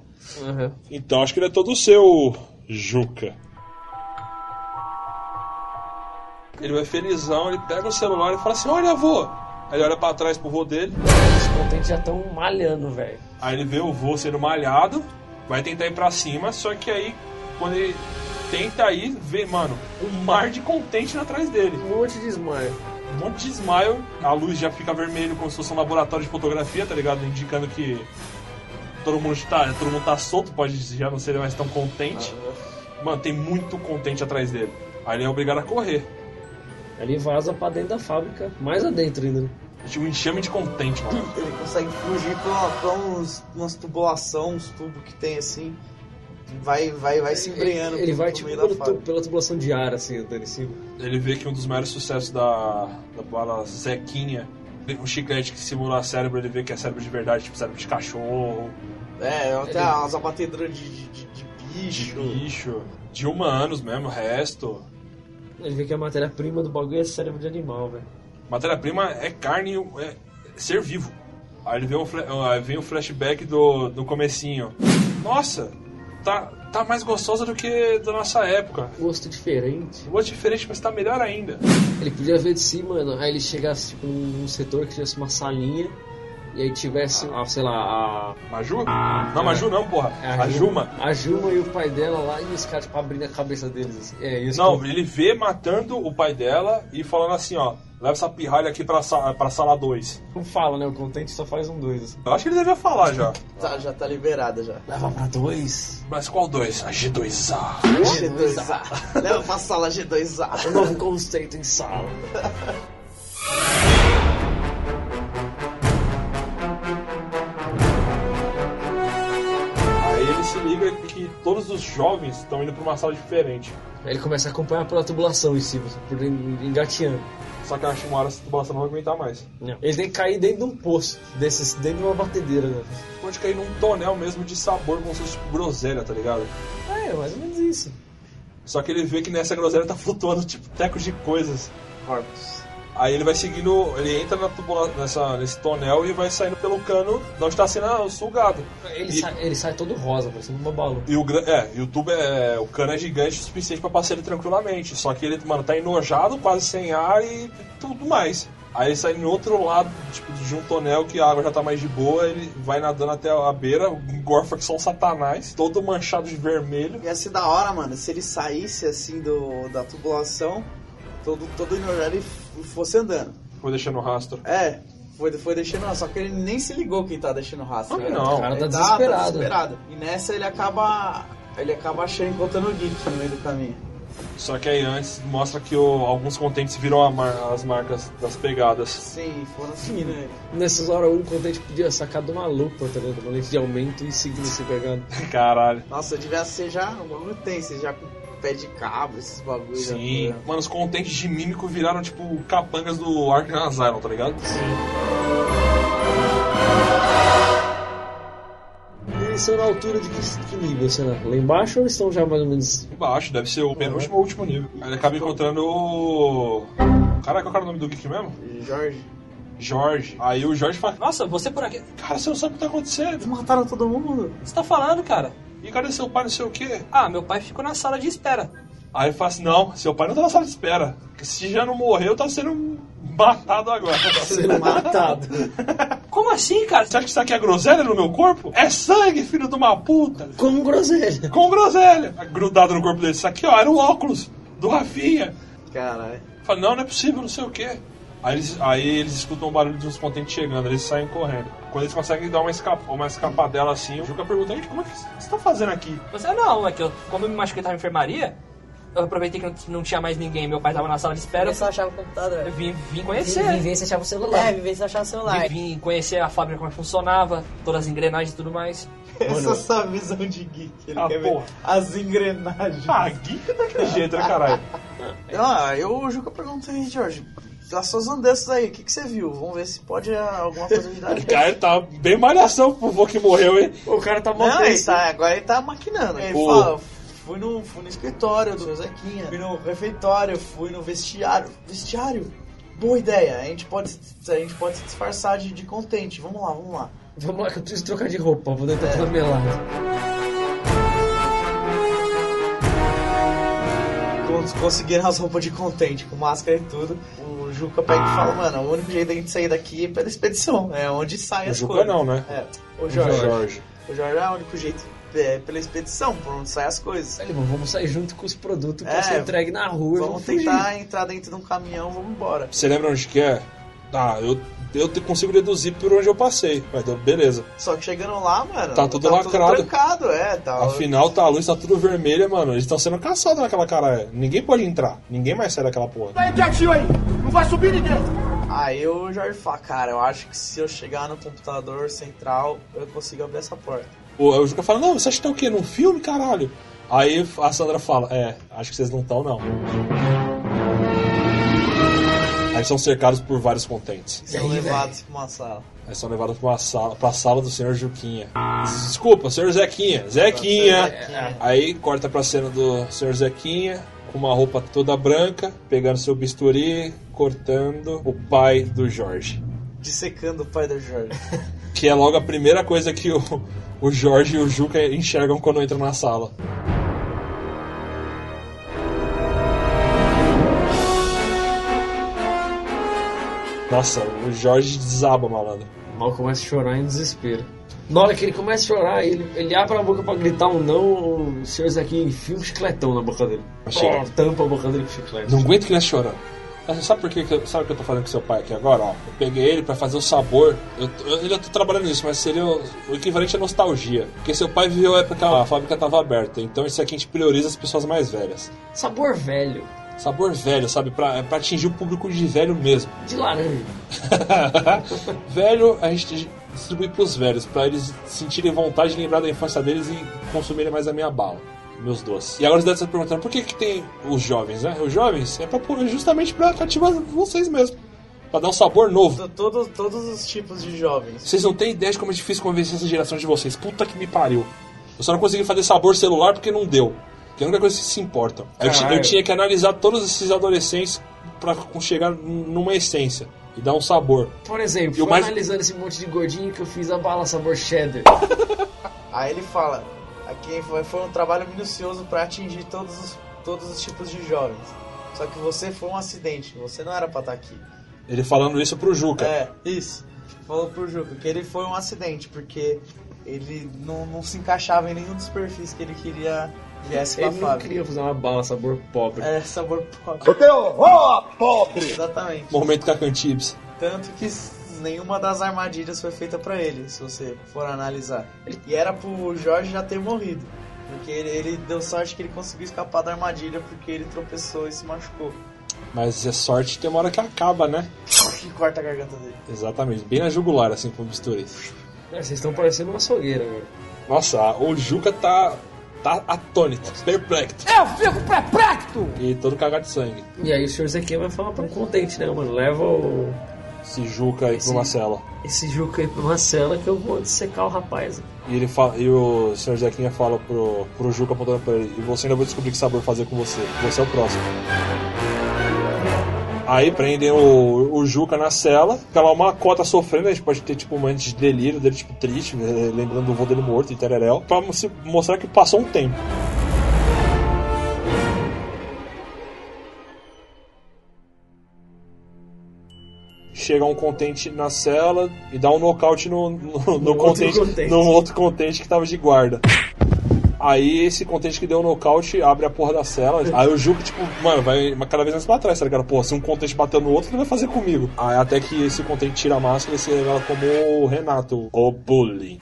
S3: Então acho que ele é todo seu, Juca. Ele vai felizão, ele pega o celular e fala assim: Olha, vô! Aí ele olha pra trás pro vô dele.
S4: Os contentes já estão malhando, velho.
S3: Aí ele vê o vô sendo malhado, vai tentar ir pra cima, só que aí, quando ele tenta ir, vê, mano, um mar de contente atrás dele.
S4: Um monte de smile.
S3: Um monte de smile, a luz já fica vermelho como se fosse um laboratório de fotografia, tá ligado? Indicando que todo mundo tá, todo mundo tá solto, pode já não ser mais tão contente. Mano, tem muito contente atrás dele. Aí ele é obrigado a correr.
S4: Ele vaza pra dentro da fábrica, mais adentro ainda. né?
S3: Tipo, um enxame de contente, mano.
S1: Ele consegue fugir com, com uns, umas tubulações, uns tubos que tem assim. Vai, vai, vai se embreando.
S4: Ele
S1: pro-
S4: vai,
S1: pro
S4: tipo,
S1: meio
S4: pelo
S1: da fábrica.
S4: tu- pela tubulação de ar, assim, dando em cima.
S3: Ele vê que um dos maiores sucessos da, da bala Zequinha, um chiclete que simula cérebro, ele vê que é cérebro de verdade, tipo cérebro de cachorro,
S1: É, até
S3: Ele-
S1: as abateduras de, de, de- de
S3: de
S1: bicho.
S3: bicho, de humanos mesmo, o resto.
S4: Ele vê que a matéria-prima do bagulho é cérebro de animal, velho.
S3: Matéria-prima é carne, é ser vivo. Aí ele vê um fle- aí vem o flashback do, do comecinho. Nossa, tá, tá mais gostosa do que da nossa época.
S4: Gosto diferente.
S3: Gosto diferente, mas tá melhor ainda.
S4: Ele podia ver de cima, mano. Aí ele chegasse, tipo, num setor que tivesse uma salinha. e aí tivesse, a, sei lá,
S3: a. Maju? não, Maju não, porra. a, Juma.
S4: É, A Juma e o pai dela lá e os caras tipo, abrindo a cabeça deles. assim. É isso.
S3: Não,
S4: que-
S3: ele vê matando o pai dela e falando assim, ó, leva essa pirralha aqui pra, sa- pra sala 2.
S4: Não fala, né? O contente só faz um dois.
S3: Eu acho que ele devia falar já.
S1: Tá, já tá liberada já.
S4: Leva pra dois.
S3: Mas qual dois? A G2A.
S1: G2A. Leva pra sala G2A.
S4: Um novo conceito em sala.
S3: Aí ele se liga que todos os jovens estão indo pra uma sala diferente.
S4: Aí ele começa a acompanhar pela tubulação em cima, assim, por engateando.
S3: Só que eu acho que uma hora essa tubulação não vai aguentar mais.
S4: Ele tem que cair dentro de um poço, desses, dentro de uma batedeira. Né?
S3: Pode cair num tonel mesmo de sabor, como se fosse tipo groselha, tá ligado?
S4: É, mais ou menos isso.
S3: Só que ele vê que nessa groselha tá flutuando tipo tecos de coisas. Corpos. Aí ele vai seguindo, ele entra na tubula, nessa, nesse tonel e vai saindo pelo cano de onde tá sendo ah, sugado.
S4: Ele,
S3: E-
S4: sai, ele sai todo rosa, parecendo um babalu.
S3: E o, gra- é, e o tubo é. O cano é gigante o suficiente pra passar ele tranquilamente. Só que ele, mano, tá enojado, quase sem ar e tudo mais. Aí ele sai no outro lado, tipo, de um tonel que a água já tá mais de boa, ele vai nadando até a beira, engorfa que só um satanás, todo manchado de vermelho.
S1: Ia ser da hora, mano, se ele saísse assim do, da tubulação, todo, todo ignorado e f- fosse andando.
S3: Foi deixando o rastro.
S1: É, foi, foi deixando rastro, só que ele nem se ligou quem tá deixando rastro.
S3: Ah,
S1: né?
S3: não. O cara tá
S1: Ele
S3: desesperado.
S1: desesperado. E nessa ele acaba. Ele acaba achando encontrando o Geek no meio do caminho.
S3: Só que aí antes mostra que o- alguns contentes viram a mar- as marcas das pegadas.
S1: Sim, foram assim, né? seguindo ele.
S4: Nessas horas, um contente podia sacar de uma lupa, tá ligado? Uma lente de aumento e seguir se pegando.
S3: Caralho.
S1: Nossa, devia ser já. O bagulho tem, você já com pé de cabo, esses bagulhos. assim, né?
S3: Sim. Mano, os contentes de mímico viraram tipo capangas do Arkham Asylum, tá ligado? Sim.
S4: Eles são na altura de que, que nível, será? Lá embaixo ou eles estão já mais ou menos.
S3: Embaixo, deve ser o penúltimo ou último nível. Aí ele acaba encontrando o. Caraca, qual era o nome do geek mesmo?
S1: Jorge.
S3: Jorge. Aí o Jorge fala: Nossa, você por aqui. Cara, você não sabe o que tá acontecendo.
S1: Mataram todo mundo.
S16: Você tá falando, cara?
S3: E cadê seu pai, não sei o quê?
S16: Ah, meu pai ficou na sala de espera.
S3: Aí ele fala assim: Não, seu pai não tá na sala de espera. Se já não morreu, tá sendo matado agora. Tá sendo
S4: matado.
S16: Como assim, cara?
S3: Você acha que isso aqui é groselha no meu corpo? É sangue, filho de uma puta!
S4: Com um groselha!
S3: Com groselha! Grudado no corpo dele. Isso aqui, ó, era o óculos do Rafinha.
S1: Caralho.
S3: Fala, não, não é possível, não sei o quê. Aí eles, aí eles escutam o barulho de uns contentes chegando, eles saem correndo. Quando eles conseguem dar uma, escapa, uma escapadela assim, o Juca pergunta, gente, como é que você tá fazendo aqui?
S16: Você não, é que eu, como eu me machuquei tava na enfermaria, eu aproveitei que não, não tinha mais ninguém, meu pai tava na sala de espera.
S17: Eu só achava o computador.
S16: Eu vim, vim
S17: Conhecer.
S16: conhecer.
S17: Vim ver se achava o celular. É, vim ver se achava o celular.
S16: Vim conhecer a fábrica como é funcionava, todas as engrenagens e tudo mais.
S1: Essa é sua visão de geek. Ele
S16: Ah,
S1: quer
S16: porra.
S1: ver as engrenagens.
S3: Ah, geek é daquele jeito, né, caralho?
S1: Ah, eu, o Juca, perguntei, Jorge, das suas andanças aí, o que, que você viu? Vamos ver se pode ah, alguma coisa ajudar. ele.
S3: Cara, ele tá bem malhação pro vô que morreu, hein?
S4: O cara tá
S1: Não, ele tá, agora ele tá maquinando. Ele
S3: Pô.
S1: fala, fui no, fui no escritório do seu Zequinha, fui no refeitório, fui no vestiário. Vestiário? Boa ideia, a gente pode, se- a gente pode se disfarçar de, de contente. Vamos lá, vamos lá.
S4: Vamos lá, que eu preciso trocar de roupa, vou
S1: É.
S4: deitar toda melada.
S1: Cons- Conseguiram as roupas de contente, com máscara e tudo. O Juca pega e
S3: Ah.
S1: fala, mano, o único jeito da gente sair daqui é pela expedição, é onde saem
S3: O
S1: as
S3: Juca
S1: coisas.
S3: não, né?
S1: É, o Jorge. O Jorge é o único jeito, é, pela expedição, por onde saem as coisas.
S4: Ele, mano, vamos sair junto com os produtos pra
S1: É,
S4: ser entregue na rua. e
S1: Vamos
S4: fugir.
S1: tentar entrar dentro de um caminhão, vamos embora.
S3: Você lembra onde que é? Ah, eu, eu te- consigo deduzir por onde eu passei. Mas então, beleza.
S1: Só que chegando lá, mano.
S3: Tá tudo lacrado.
S1: trancado, é, tá.
S3: Afinal, tá a luz, tá tudo vermelha, mano. Eles estão sendo caçados naquela caralho. Ninguém pode entrar. Ninguém mais sai daquela porra.
S6: Tá quietinho aí, não vai subir ninguém.
S1: Aí o Jorge fala, cara, eu acho que se eu chegar no computador central, eu consigo abrir essa porta.
S3: O, o Juca fala, não, vocês estão o quê? Num filme, caralho? Aí a Sandra fala, é, acho que vocês não estão, não. Aí são cercados por vários contentes.
S1: São levados pra uma sala.
S3: Aí são levados pra, uma sala, pra sala do senhor Juquinha. Desculpa, senhor Zequinha. Zequinha! Aí corta pra cena do senhor Zequinha, com uma roupa toda branca, pegando seu bisturi, cortando o pai do Jorge.
S1: Dissecando o pai do Jorge.
S3: Que é logo a primeira coisa que o, o Jorge e o Juca enxergam quando entram na sala. Nossa, o Jorge desaba, malandro.
S4: Mal começa a chorar em desespero. Na hora que ele começa a chorar, ele, ele abre a boca pra gritar um não, o senhor Zequinha enfia um chicletão na boca dele.
S3: Chega.
S4: Oh, tampa a boca dele com chiclete.
S3: Não aguento criança chorando. Mas você sabe por que, que eu- sabe o que eu tô falando com seu pai aqui agora? Ó, eu peguei ele pra fazer o sabor. Eu, tô- eu, eu tô trabalhando nisso, mas seria o, o equivalente à nostalgia. Porque seu pai viveu a época que a fábrica tava aberta. Então isso aqui a gente prioriza as pessoas mais velhas.
S4: Sabor velho,
S3: Sabor velho, sabe? Pra, é pra atingir o público de velho mesmo.
S4: de laranja.
S3: velho, a gente distribui pros velhos, pra eles sentirem vontade de lembrar da infância deles e consumirem mais a minha bala. Meus doces. E agora você deve estar perguntando por que, que tem os jovens, né? Os jovens é pra, pôr- justamente pra cativar vocês mesmo. Pra dar um sabor novo.
S1: Todos, todos os tipos de jovens.
S3: Vocês não têm ideia de como é difícil convencer essa geração de vocês. Puta que me pariu. Eu só não consegui fazer sabor celular porque não deu. Que é a única coisa que se importam. Eu, ti- eu
S4: Caralho.
S3: tinha que analisar todos esses adolescentes pra chegar numa essência e dar um sabor.
S4: Por exemplo,
S3: E o
S4: foi
S3: mais-
S4: analisando esse monte de gordinho que eu fiz a bala sabor cheddar.
S1: Aí ele fala, aqui foi, foi um trabalho minucioso pra atingir todos os, todos os tipos de jovens. Só que você foi um acidente, você não era pra estar aqui.
S3: Ele falando isso pro Juca.
S1: É, isso. Falou pro Juca que ele foi um acidente, porque ele não, não se encaixava em nenhum dos perfis que ele queria viesse pra
S4: Ele não
S1: fábrica.
S4: queria fazer uma bala sabor pobre.
S1: É, sabor pobre. Eu tenho horror pobre! Exatamente.
S3: Momento Cacantibs.
S1: Tanto que nenhuma das armadilhas foi feita pra ele, se você for analisar. E era pro Jorge já ter morrido. Porque ele, ele deu sorte que ele conseguiu escapar da armadilha porque ele tropeçou e se machucou.
S3: Mas é sorte tem uma hora que acaba, né?
S1: Que corta a garganta dele.
S3: Exatamente. Bem na jugular, assim, com o bisturi.
S4: Cara, vocês estão parecendo uma açougueira, velho.
S3: Nossa, o Juca tá. tá atônito, perplexo.
S5: É, Eu fico perplexo!
S3: E todo cagado de sangue.
S4: E aí o senhor Zequinha vai falar pra contente, né, mano? Leva o.
S3: Esse Juca aí pra uma cela.
S4: Esse Juca aí pra uma cela que eu vou dissecar o rapaz.
S3: E, ele fala, e o Sr. Zequinha fala pro, pro Juca apontando pra ele: E você ainda vou descobrir que sabor fazer com você. Você é o próximo. Aí prendem o, o Juca na cela. Fica lá uma cota sofrendo. A gente pode ter tipo momentos de delírio dele, tipo triste, eh, lembrando do vô dele morto e tereréu. Pra se mostrar que passou um tempo. Chega um contente na cela e dá um nocaute no, no, no contente,
S4: contente.
S3: num outro contente que tava de guarda. Aí esse contente que deu o nocaute abre a porra da cela. Aí o Juca, tipo, mano, vai cada vez mais pra trás, tá ligado? Porra, se um contente bateu no outro, o que ele vai fazer comigo? Aí até que esse contente tira a máscara e se revela como o Renato, o bullying.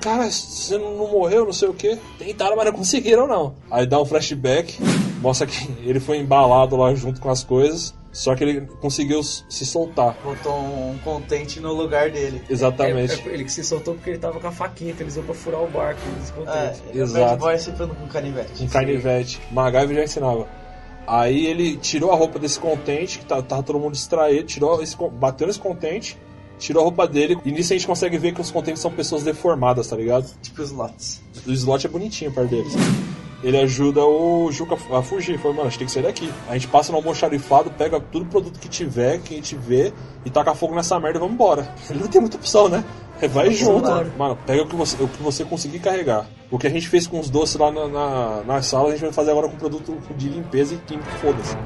S3: Cara, você não não morreu, não sei o que. Tentaram, mas não conseguiram, não. Aí dá um flashback, mostra que ele foi embalado lá junto com as coisas, só que ele conseguiu s- se soltar.
S1: Botou um contente no lugar dele.
S3: Exatamente.
S4: É, é ele que se soltou porque ele tava com a faquinha que eles iam pra furar o barco. Eles contentes.
S1: É,
S3: Exato.
S1: Exato. Boy sempre anda com canivete.
S3: Um carnivete. MacGyver já ensinava. Aí ele tirou a roupa desse contente, que tá- tava todo mundo distraído, tirou esse, con- bateu nesse contente, tirou a roupa dele, e nisso a gente consegue ver que os contentes são pessoas deformadas, tá ligado?
S1: Tipo os lotes.
S3: O slot é bonitinho perto deles. Ele ajuda o Juca a fugir. Falou, mano, a gente tem que sair daqui. A gente passa no almoxarifado, pega todo produto que tiver, que a gente vê, e taca fogo nessa merda e vamos embora. Ele não tem muita opção, né? É, vai
S4: Vamos
S3: junto.
S4: embora.
S3: Mano, pega o que, você, o que você conseguir carregar. O que a gente fez com os doces lá na, na, na sala, a gente vai fazer agora com produto de limpeza e químico, foda-se.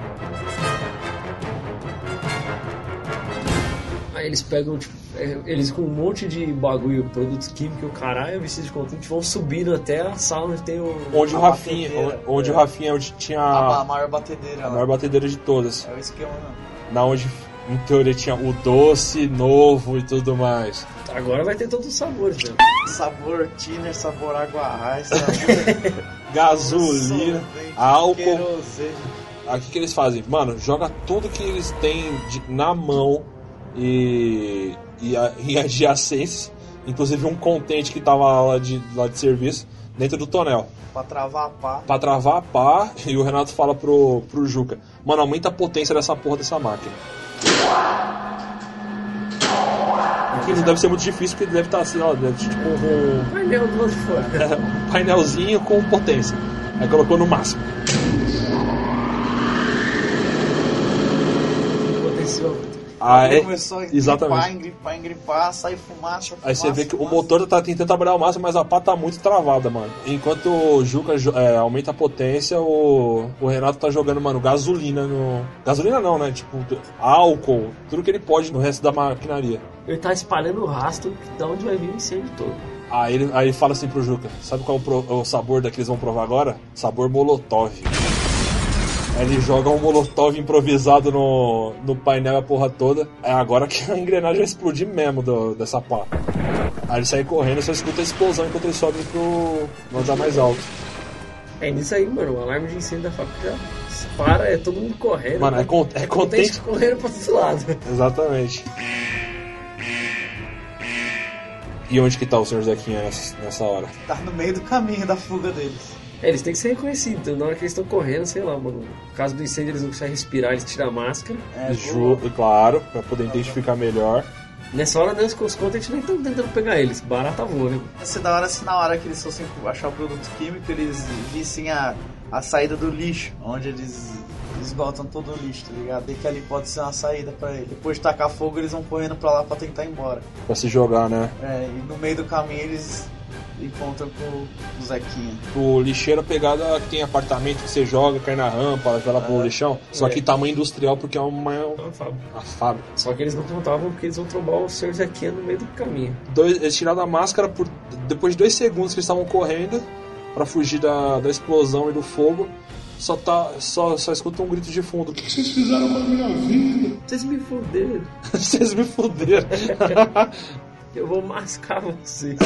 S4: Aí eles pegam, tipo, é, eles com um monte de bagulho, produtos químicos, o caralho, vestido de contente, vão subindo até a sala onde tem o.
S3: Onde o
S4: a
S3: Rafinha,
S4: batedeira. É.
S3: onde o Rafinha, é onde tinha
S1: A,
S3: a,
S1: a maior batedeira
S3: Ah. a
S1: lá.
S3: maior batedeira de todas.
S1: É o esquema, não.
S3: Na onde, em teoria, tinha o doce novo e tudo mais.
S4: Agora vai ter todos os sabores, né?
S1: Sabor tiner, sabor água raiz,
S3: gasolina, álcool.
S1: querosene.
S3: Aí o que, que eles fazem? Mano, joga tudo que eles têm de- na mão e, e, a, e adjacências, inclusive um contente que tava lá de, lá de serviço, dentro do tonel.
S1: pra travar a pá.
S3: Pra travar a pá, e o Renato fala pro, pro Juca: Mano, aumenta a potência dessa porra dessa máquina. Que não deve ser muito difícil, porque deve estar assim, ó, deve ser tipo um-
S4: Painel do lado de fora.
S3: um painelzinho com potência. Aí colocou no máximo.
S4: Potencial.
S3: Aí,
S1: começou a gripar,
S3: Ah, é? exatamente.
S1: engripar, engripar, sai fumaça,
S3: Aí você
S1: fumaça,
S3: vê que o
S1: fumaça.
S3: motor tá tentando trabalhar ao máximo, mas a pá tá muito travada, mano. Enquanto o Juca jo- é, aumenta a potência, o, o Renato tá jogando, mano, gasolina no. Gasolina não, né? Tipo, t- álcool, tudo que ele pode no resto da maquinaria.
S4: ele tá espalhando o rastro da onde vai vir o incêndio todo.
S3: Aí ele, aí ele fala assim pro Juca: Sabe qual é o, pro- o sabor da que eles vão provar agora? Sabor molotov. Aí ele joga um molotov improvisado no, no painel e a porra toda. É agora que a engrenagem vai explodir mesmo do- dessa pá. Aí ele sai correndo e só escuta a explosão enquanto ele sobe pro no andar mais alto.
S4: É nisso aí, mano. O alarme de incêndio da fábrica já dispara, é todo mundo correndo.
S3: Mano, é, con é
S4: Tem
S3: contente.
S4: que correr pra outro lado.
S3: Exatamente. E onde que tá o senhor Zequinha nessa, nessa hora?
S4: Tá no meio do caminho da fuga deles. É, eles têm que ser reconhecidos. Então, na hora que eles estão correndo, sei lá, mano. No caso do incêndio, eles não conseguem respirar, eles tiram a máscara.
S3: Ju, e claro, pra poder identificar melhor.
S4: Nessa hora, né, os os content nem estão tentando pegar eles. Barata voa, né?
S18: Ia ser da hora se na hora que eles fossem achar o produto químico, eles vissem a, a saída do lixo, onde eles esgotam todo o lixo, tá ligado? E que ali pode ser uma saída pra ele. Depois de tacar fogo, eles vão correndo pra lá pra tentar ir embora.
S3: Pra se jogar, né?
S18: É, e no meio do caminho eles encontram com o Zequinha.
S3: O lixeiro é pegado a que tem apartamento que você joga, cai na rampa, vai lá pro lixão. Só
S4: É.
S3: que tamanho industrial porque é uma, uma
S4: fábrica.
S3: fábrica.
S4: Só que eles não contavam porque eles vão trombar o Sr. Zequinha no meio do caminho.
S3: Dois, eles tiraram a máscara por, depois de dois segundos que eles estavam correndo pra fugir da, da explosão e do fogo. Só, tá, só, só escuta um grito de fundo. O que vocês fizeram com a minha vida?
S4: Vocês me fuderam.
S3: vocês me fuderam.
S4: Eu vou mascar vocês.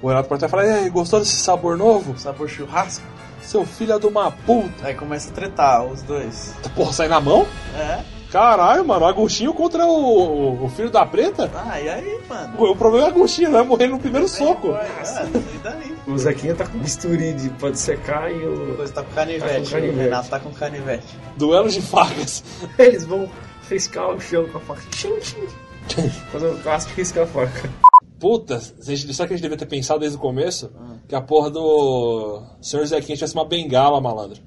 S3: O Renato pode até falar, e aí, gostou desse sabor novo?
S18: Sabor churrasco?
S3: Seu filho é de uma puta.
S18: Aí começa a tretar os dois.
S3: Porra, sai na mão?
S18: É.
S3: Caralho, mano, o Agostinho contra o, o filho da preta?
S18: Ah, e aí, mano? É,
S3: O problema é o Agostinho, vai morrer no primeiro soco.
S4: O Zequinha tá com bisturi de pode secar e o.
S18: Coisa tá com canivete.
S4: Tá com
S18: O
S4: canivete.
S18: Renato tá com canivete.
S3: Duelo de facas.
S4: Eles vão riscar o chão com a faca. Tchim, tchim. Fazer um clássico e riscar a faca.
S3: Puta, a gente- só que a gente devia ter pensado desde o começo que a porra do Sr. Zequinha tivesse uma bengala, malandro.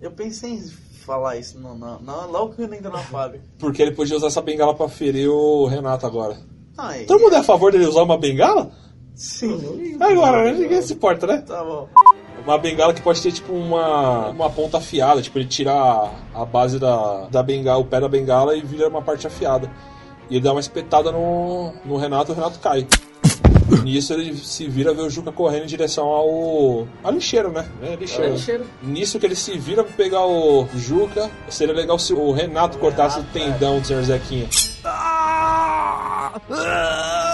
S18: Eu pensei em falar isso no, no, no, logo que eu entro na fábrica.
S3: Porque ele podia usar essa bengala pra ferir o Renato agora.
S18: Ai,
S4: Então,
S3: Todo mundo é a favor dele usar uma bengala?
S18: Sim.
S3: Agora, né? ninguém
S4: assim.
S3: se importa, né?
S18: Tá bom.
S3: Uma bengala que pode ter tipo uma, uma ponta afiada, tipo ele tira a- a base da, da bengala, o pé da bengala e vira uma parte afiada. E ele dá uma espetada no, no Renato, o Renato cai. Nisso ele se vira ver o Juca correndo em direção ao. a lixeira, né? É, lixeira.
S4: É, lixeira.
S3: Nisso que ele se vira pra pegar o Juca, seria legal se o Renato cortasse o tendão do Sr. Zequinha.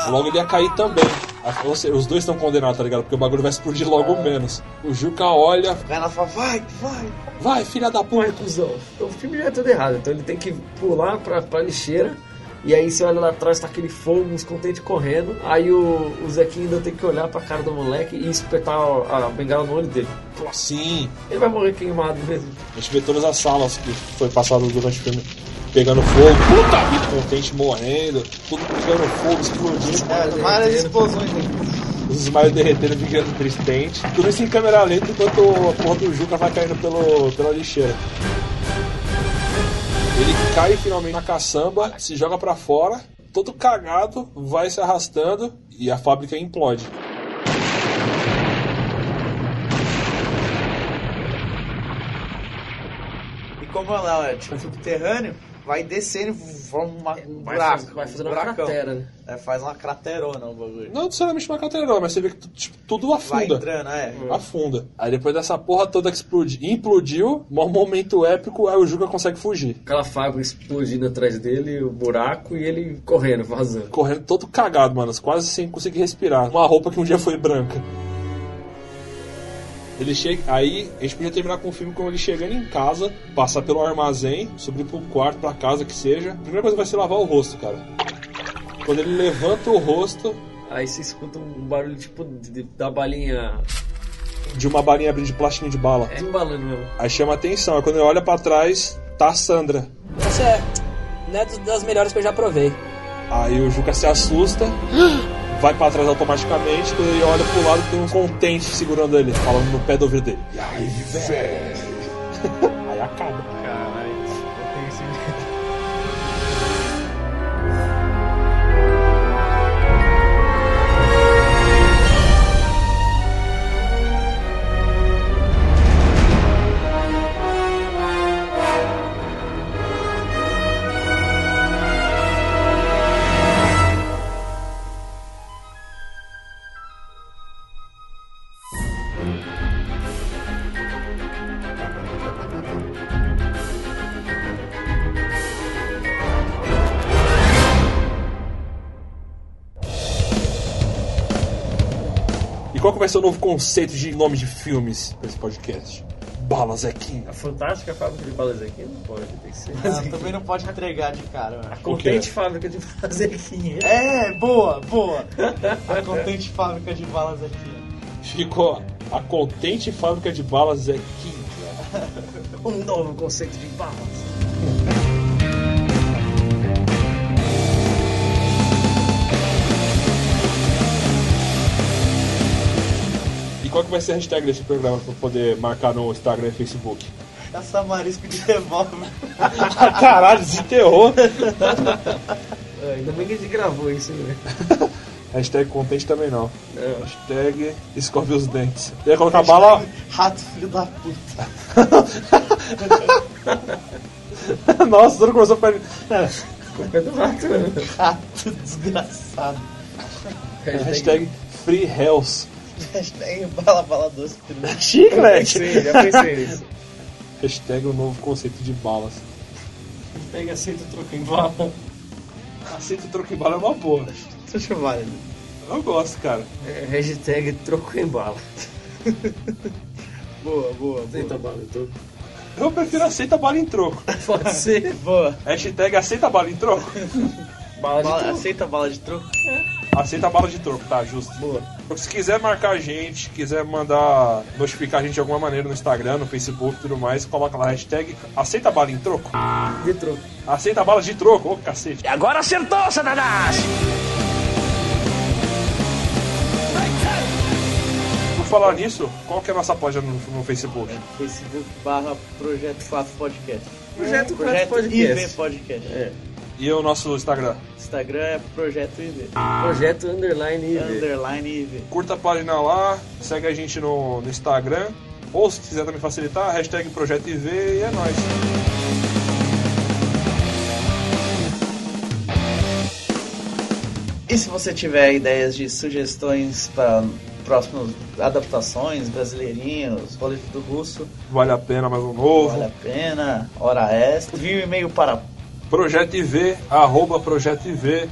S3: Logo ele ia cair também. A- Ou seja, os dois estão condenados, tá ligado? Porque o bagulho vai explodir logo menos. O Juca olha.
S18: Ela fala, vai, vai.
S3: Vai, filha da
S4: porra, cuzão. O filme já é todo errado. Então ele tem que pular pra, pra lixeira. E aí você olha lá atrás, tá aquele fogo, os contentes correndo. Aí o, o Zequinha ainda tem que olhar pra cara do moleque e espetar a, a bengala no olho dele.
S3: Sim.
S4: Ele vai morrer queimado mesmo.
S3: A gente vê todas as salas que foi passado durante o filme pegando fogo. Puta vida! Contente morrendo, tudo pegando fogo,
S1: É,
S3: explodindo.
S18: várias explosões.
S4: é
S3: Os smiles derretendo, ficando tristente. Tudo isso em câmera lenta enquanto a porra do Juca vai caindo pelo, pela lixeira. Ele cai finalmente na caçamba, se joga pra fora, todo cagado, vai se arrastando e a fábrica implode.
S18: E como ela é tipo subterrâneo, vai descendo, vai uma, um
S4: É, Vai
S18: buraco.
S4: faz- vai fazendo
S18: um
S4: uma
S18: buracão.
S4: cratera, né?
S18: É, faz uma craterona o bagulho.
S3: Não necessariamente uma caterina, mas você vê que tu- tipo, tudo
S18: Vai
S3: afunda.
S18: entrando, é.
S4: Hum.
S3: Afunda. Aí depois dessa porra toda que explodi, implodiu, maior momento épico, aí o Juca consegue fugir.
S4: Aquela fábrica explodindo atrás dele, o buraco e ele correndo, vazando.
S3: Correndo todo cagado, mano, quase sem conseguir respirar. Uma roupa que um dia foi branca. Ele chega. Aí a gente podia terminar com o filme com ele chegando em casa, passar pelo armazém, subir pro quarto, pra casa que seja. A primeira coisa vai ser lavar o rosto, cara. Quando ele levanta o rosto,
S4: Aí você escuta um barulho tipo de- de- da balinha É
S3: de uma balinha abrindo de plastinho de bala.
S4: embalando mesmo.
S3: Aí chama atenção, aí quando ele olha pra trás, tá a Sandra.
S19: Essa é né, das melhores que eu já provei.
S3: Aí o Juca se assusta, vai pra trás automaticamente, quando ele olha pro lado tem um contente segurando ele, falando no pé do ouvido dele. E aí, velho? aí acaba.
S18: Caralho, eu tenho esse medo.
S5: Thank
S3: E qual que vai ser o novo conceito de nome de filmes pra esse podcast? Bala Zequinha.
S4: A fantástica fábrica de Bala Zequinha não pode, tem que ser.
S1: Ah, também não pode entregar de cara. mano.
S4: A contente fábrica de Bala Zequinha.
S1: É, boa, boa.
S18: Tá
S1: A contente fábrica de balas aqui.
S3: Ficou a contente fábrica de balas Zequinha.
S4: Um novo conceito de balas.
S3: E qual que vai ser a hashtag desse programa pra poder marcar no Instagram e Facebook?
S1: Caçar marisco de revólver.
S3: Caralho, desenterrou.
S4: É, ainda bem que a gente gravou isso, né? É,
S3: Hashtag contente também não. Hashtag escove os dentes. Eu ia colocar bala.
S1: Rato, filho da puta.
S3: Nossa, tudo começou pra. É,
S4: Culpa do rato, né?
S1: Rato desgraçado.
S3: Hashtag free hells.
S1: Hashtag bala, bala doce. filho da-
S3: Chiclete!
S4: Eu pensei, eu pensei nisso.
S3: Hashtag o novo conceito de balas.
S4: Pega, aceita o troco em bala.
S3: Aceito o troco em bala é uma boa.
S1: Deixa eu válido.
S3: Eu gosto, cara.
S4: É, hashtag troco em bala.
S1: Boa, boa,
S4: Aceita
S1: boa.
S4: bala, então.
S3: Eu prefiro aceita bala em troco.
S4: Pode ser.
S1: Boa.
S3: Hashtag aceita bala em troco.
S4: Bala de
S1: Bala-
S4: troco.
S1: aceita bala de troco?
S3: Aceita bala de troco, tá? Justo.
S4: Boa.
S3: Se quiser marcar a gente, quiser mandar notificar a gente de alguma maneira no Instagram, no Facebook e tudo mais, coloca lá a hashtag aceita bala em troco.
S4: De troco.
S3: Aceita bala de troco, ô cacete.
S12: Agora acertou, Satanás!
S3: Por falar nisso, qual que é a nossa página no, no Facebook?
S1: É,
S4: É.
S1: Facebook barra Projeto 4 Podcast.
S4: Projeto 4
S1: Projeto
S4: Podcast.
S1: IV Podcast.
S4: É.
S3: E o nosso Instagram.
S1: Instagram é Projeto IV.
S4: Projeto Underline IV.
S1: Underline IV.
S3: Curta a página lá, segue a gente no, no Instagram. Ou se quiser também facilitar, hashtag Projeto IV e é nóis.
S1: E se você tiver ideias de sugestões para próximas adaptações, brasileirinhos, rolê do russo,
S3: Vale a pena mais um novo.
S1: vale a pena, hora extra, envie um e-mail para
S3: Projeto IV, arroba projetoiv.com.br.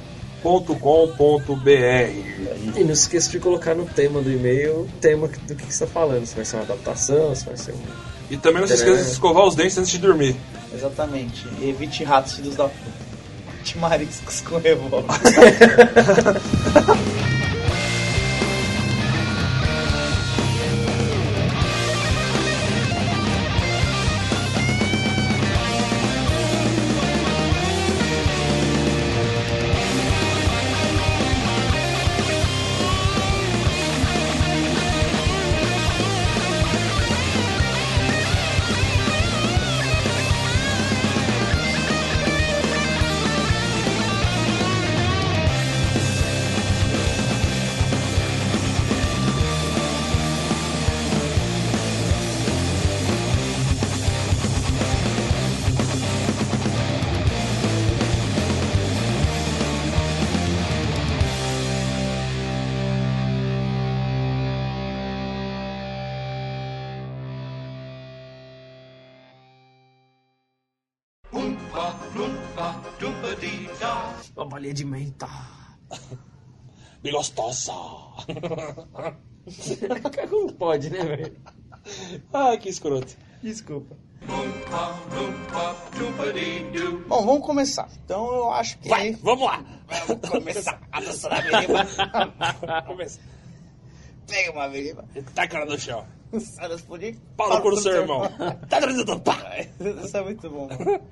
S4: E não se esqueça de colocar no tema do e-mail o tema do que que você tá falando. Se vai ser uma adaptação, se vai ser um.
S3: E também não se esqueça de escovar os dentes antes de dormir.
S1: Exatamente, e evite ratos filhos da puta. Evite mariscos com revólver.
S4: Uma bolinha de menta.
S3: Bem gostosa.
S4: Como pode, né, velho?
S3: ah, que escroto.
S4: Desculpa.
S1: Bom, vamos começar. Então eu acho que.
S3: Vai, vamos lá.
S1: Vamos começar a dança da beriba.
S3: Começa.
S1: Pega uma beriba.
S3: Tá a cara no chão.
S1: Sai das políticas.
S3: Fala com o seu irmão. Tá trazendo pá.
S1: Isso é muito bom. mano.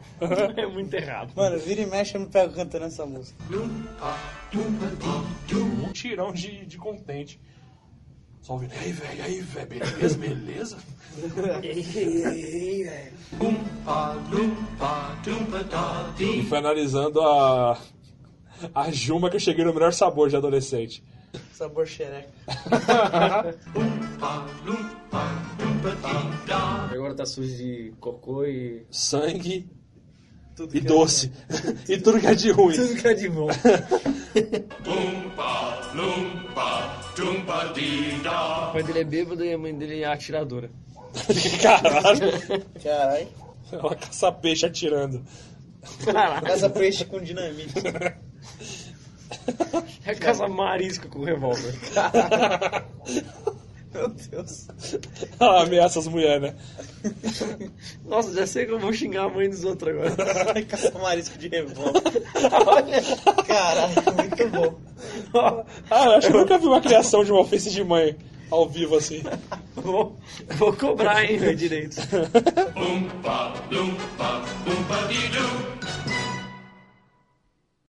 S4: É muito errado.
S1: Mano, vira e mexe, eu me pego cantando essa música.
S3: Um tirão de, de contente. Só ouvindo. E aí, velho, e aí, velho, beleza, beleza? E foi analisando a. A Juma que eu cheguei no melhor sabor de adolescente.
S1: Sabor xereca.
S4: Agora tá sujo de cocô e.
S3: Sangue
S1: Tudo
S3: e
S1: que é-
S3: doce. e tudo que é de ruim.
S4: Tudo que é de bom. O pai dele é bêbado e a mãe dele é atiradora.
S1: é
S3: Caralho.
S1: Caralho.
S3: Ela caça peixe atirando.
S1: Casa peixe com dinamite.
S4: É casa marisco com revólver.
S1: Meu Deus.
S3: Ela ameaça as mulheres, né?
S4: Nossa, já sei que eu vou xingar a mãe dos outros agora.
S1: Vai caçar marisco de revólver. Olha. Caralho, muito bom.
S3: Ah, eu acho que eu nunca vi uma criação de uma ofensa de mãe ao vivo assim.
S4: Vou, vou cobrar, hein, meu direito.
S20: Oompa, loompa, oompa.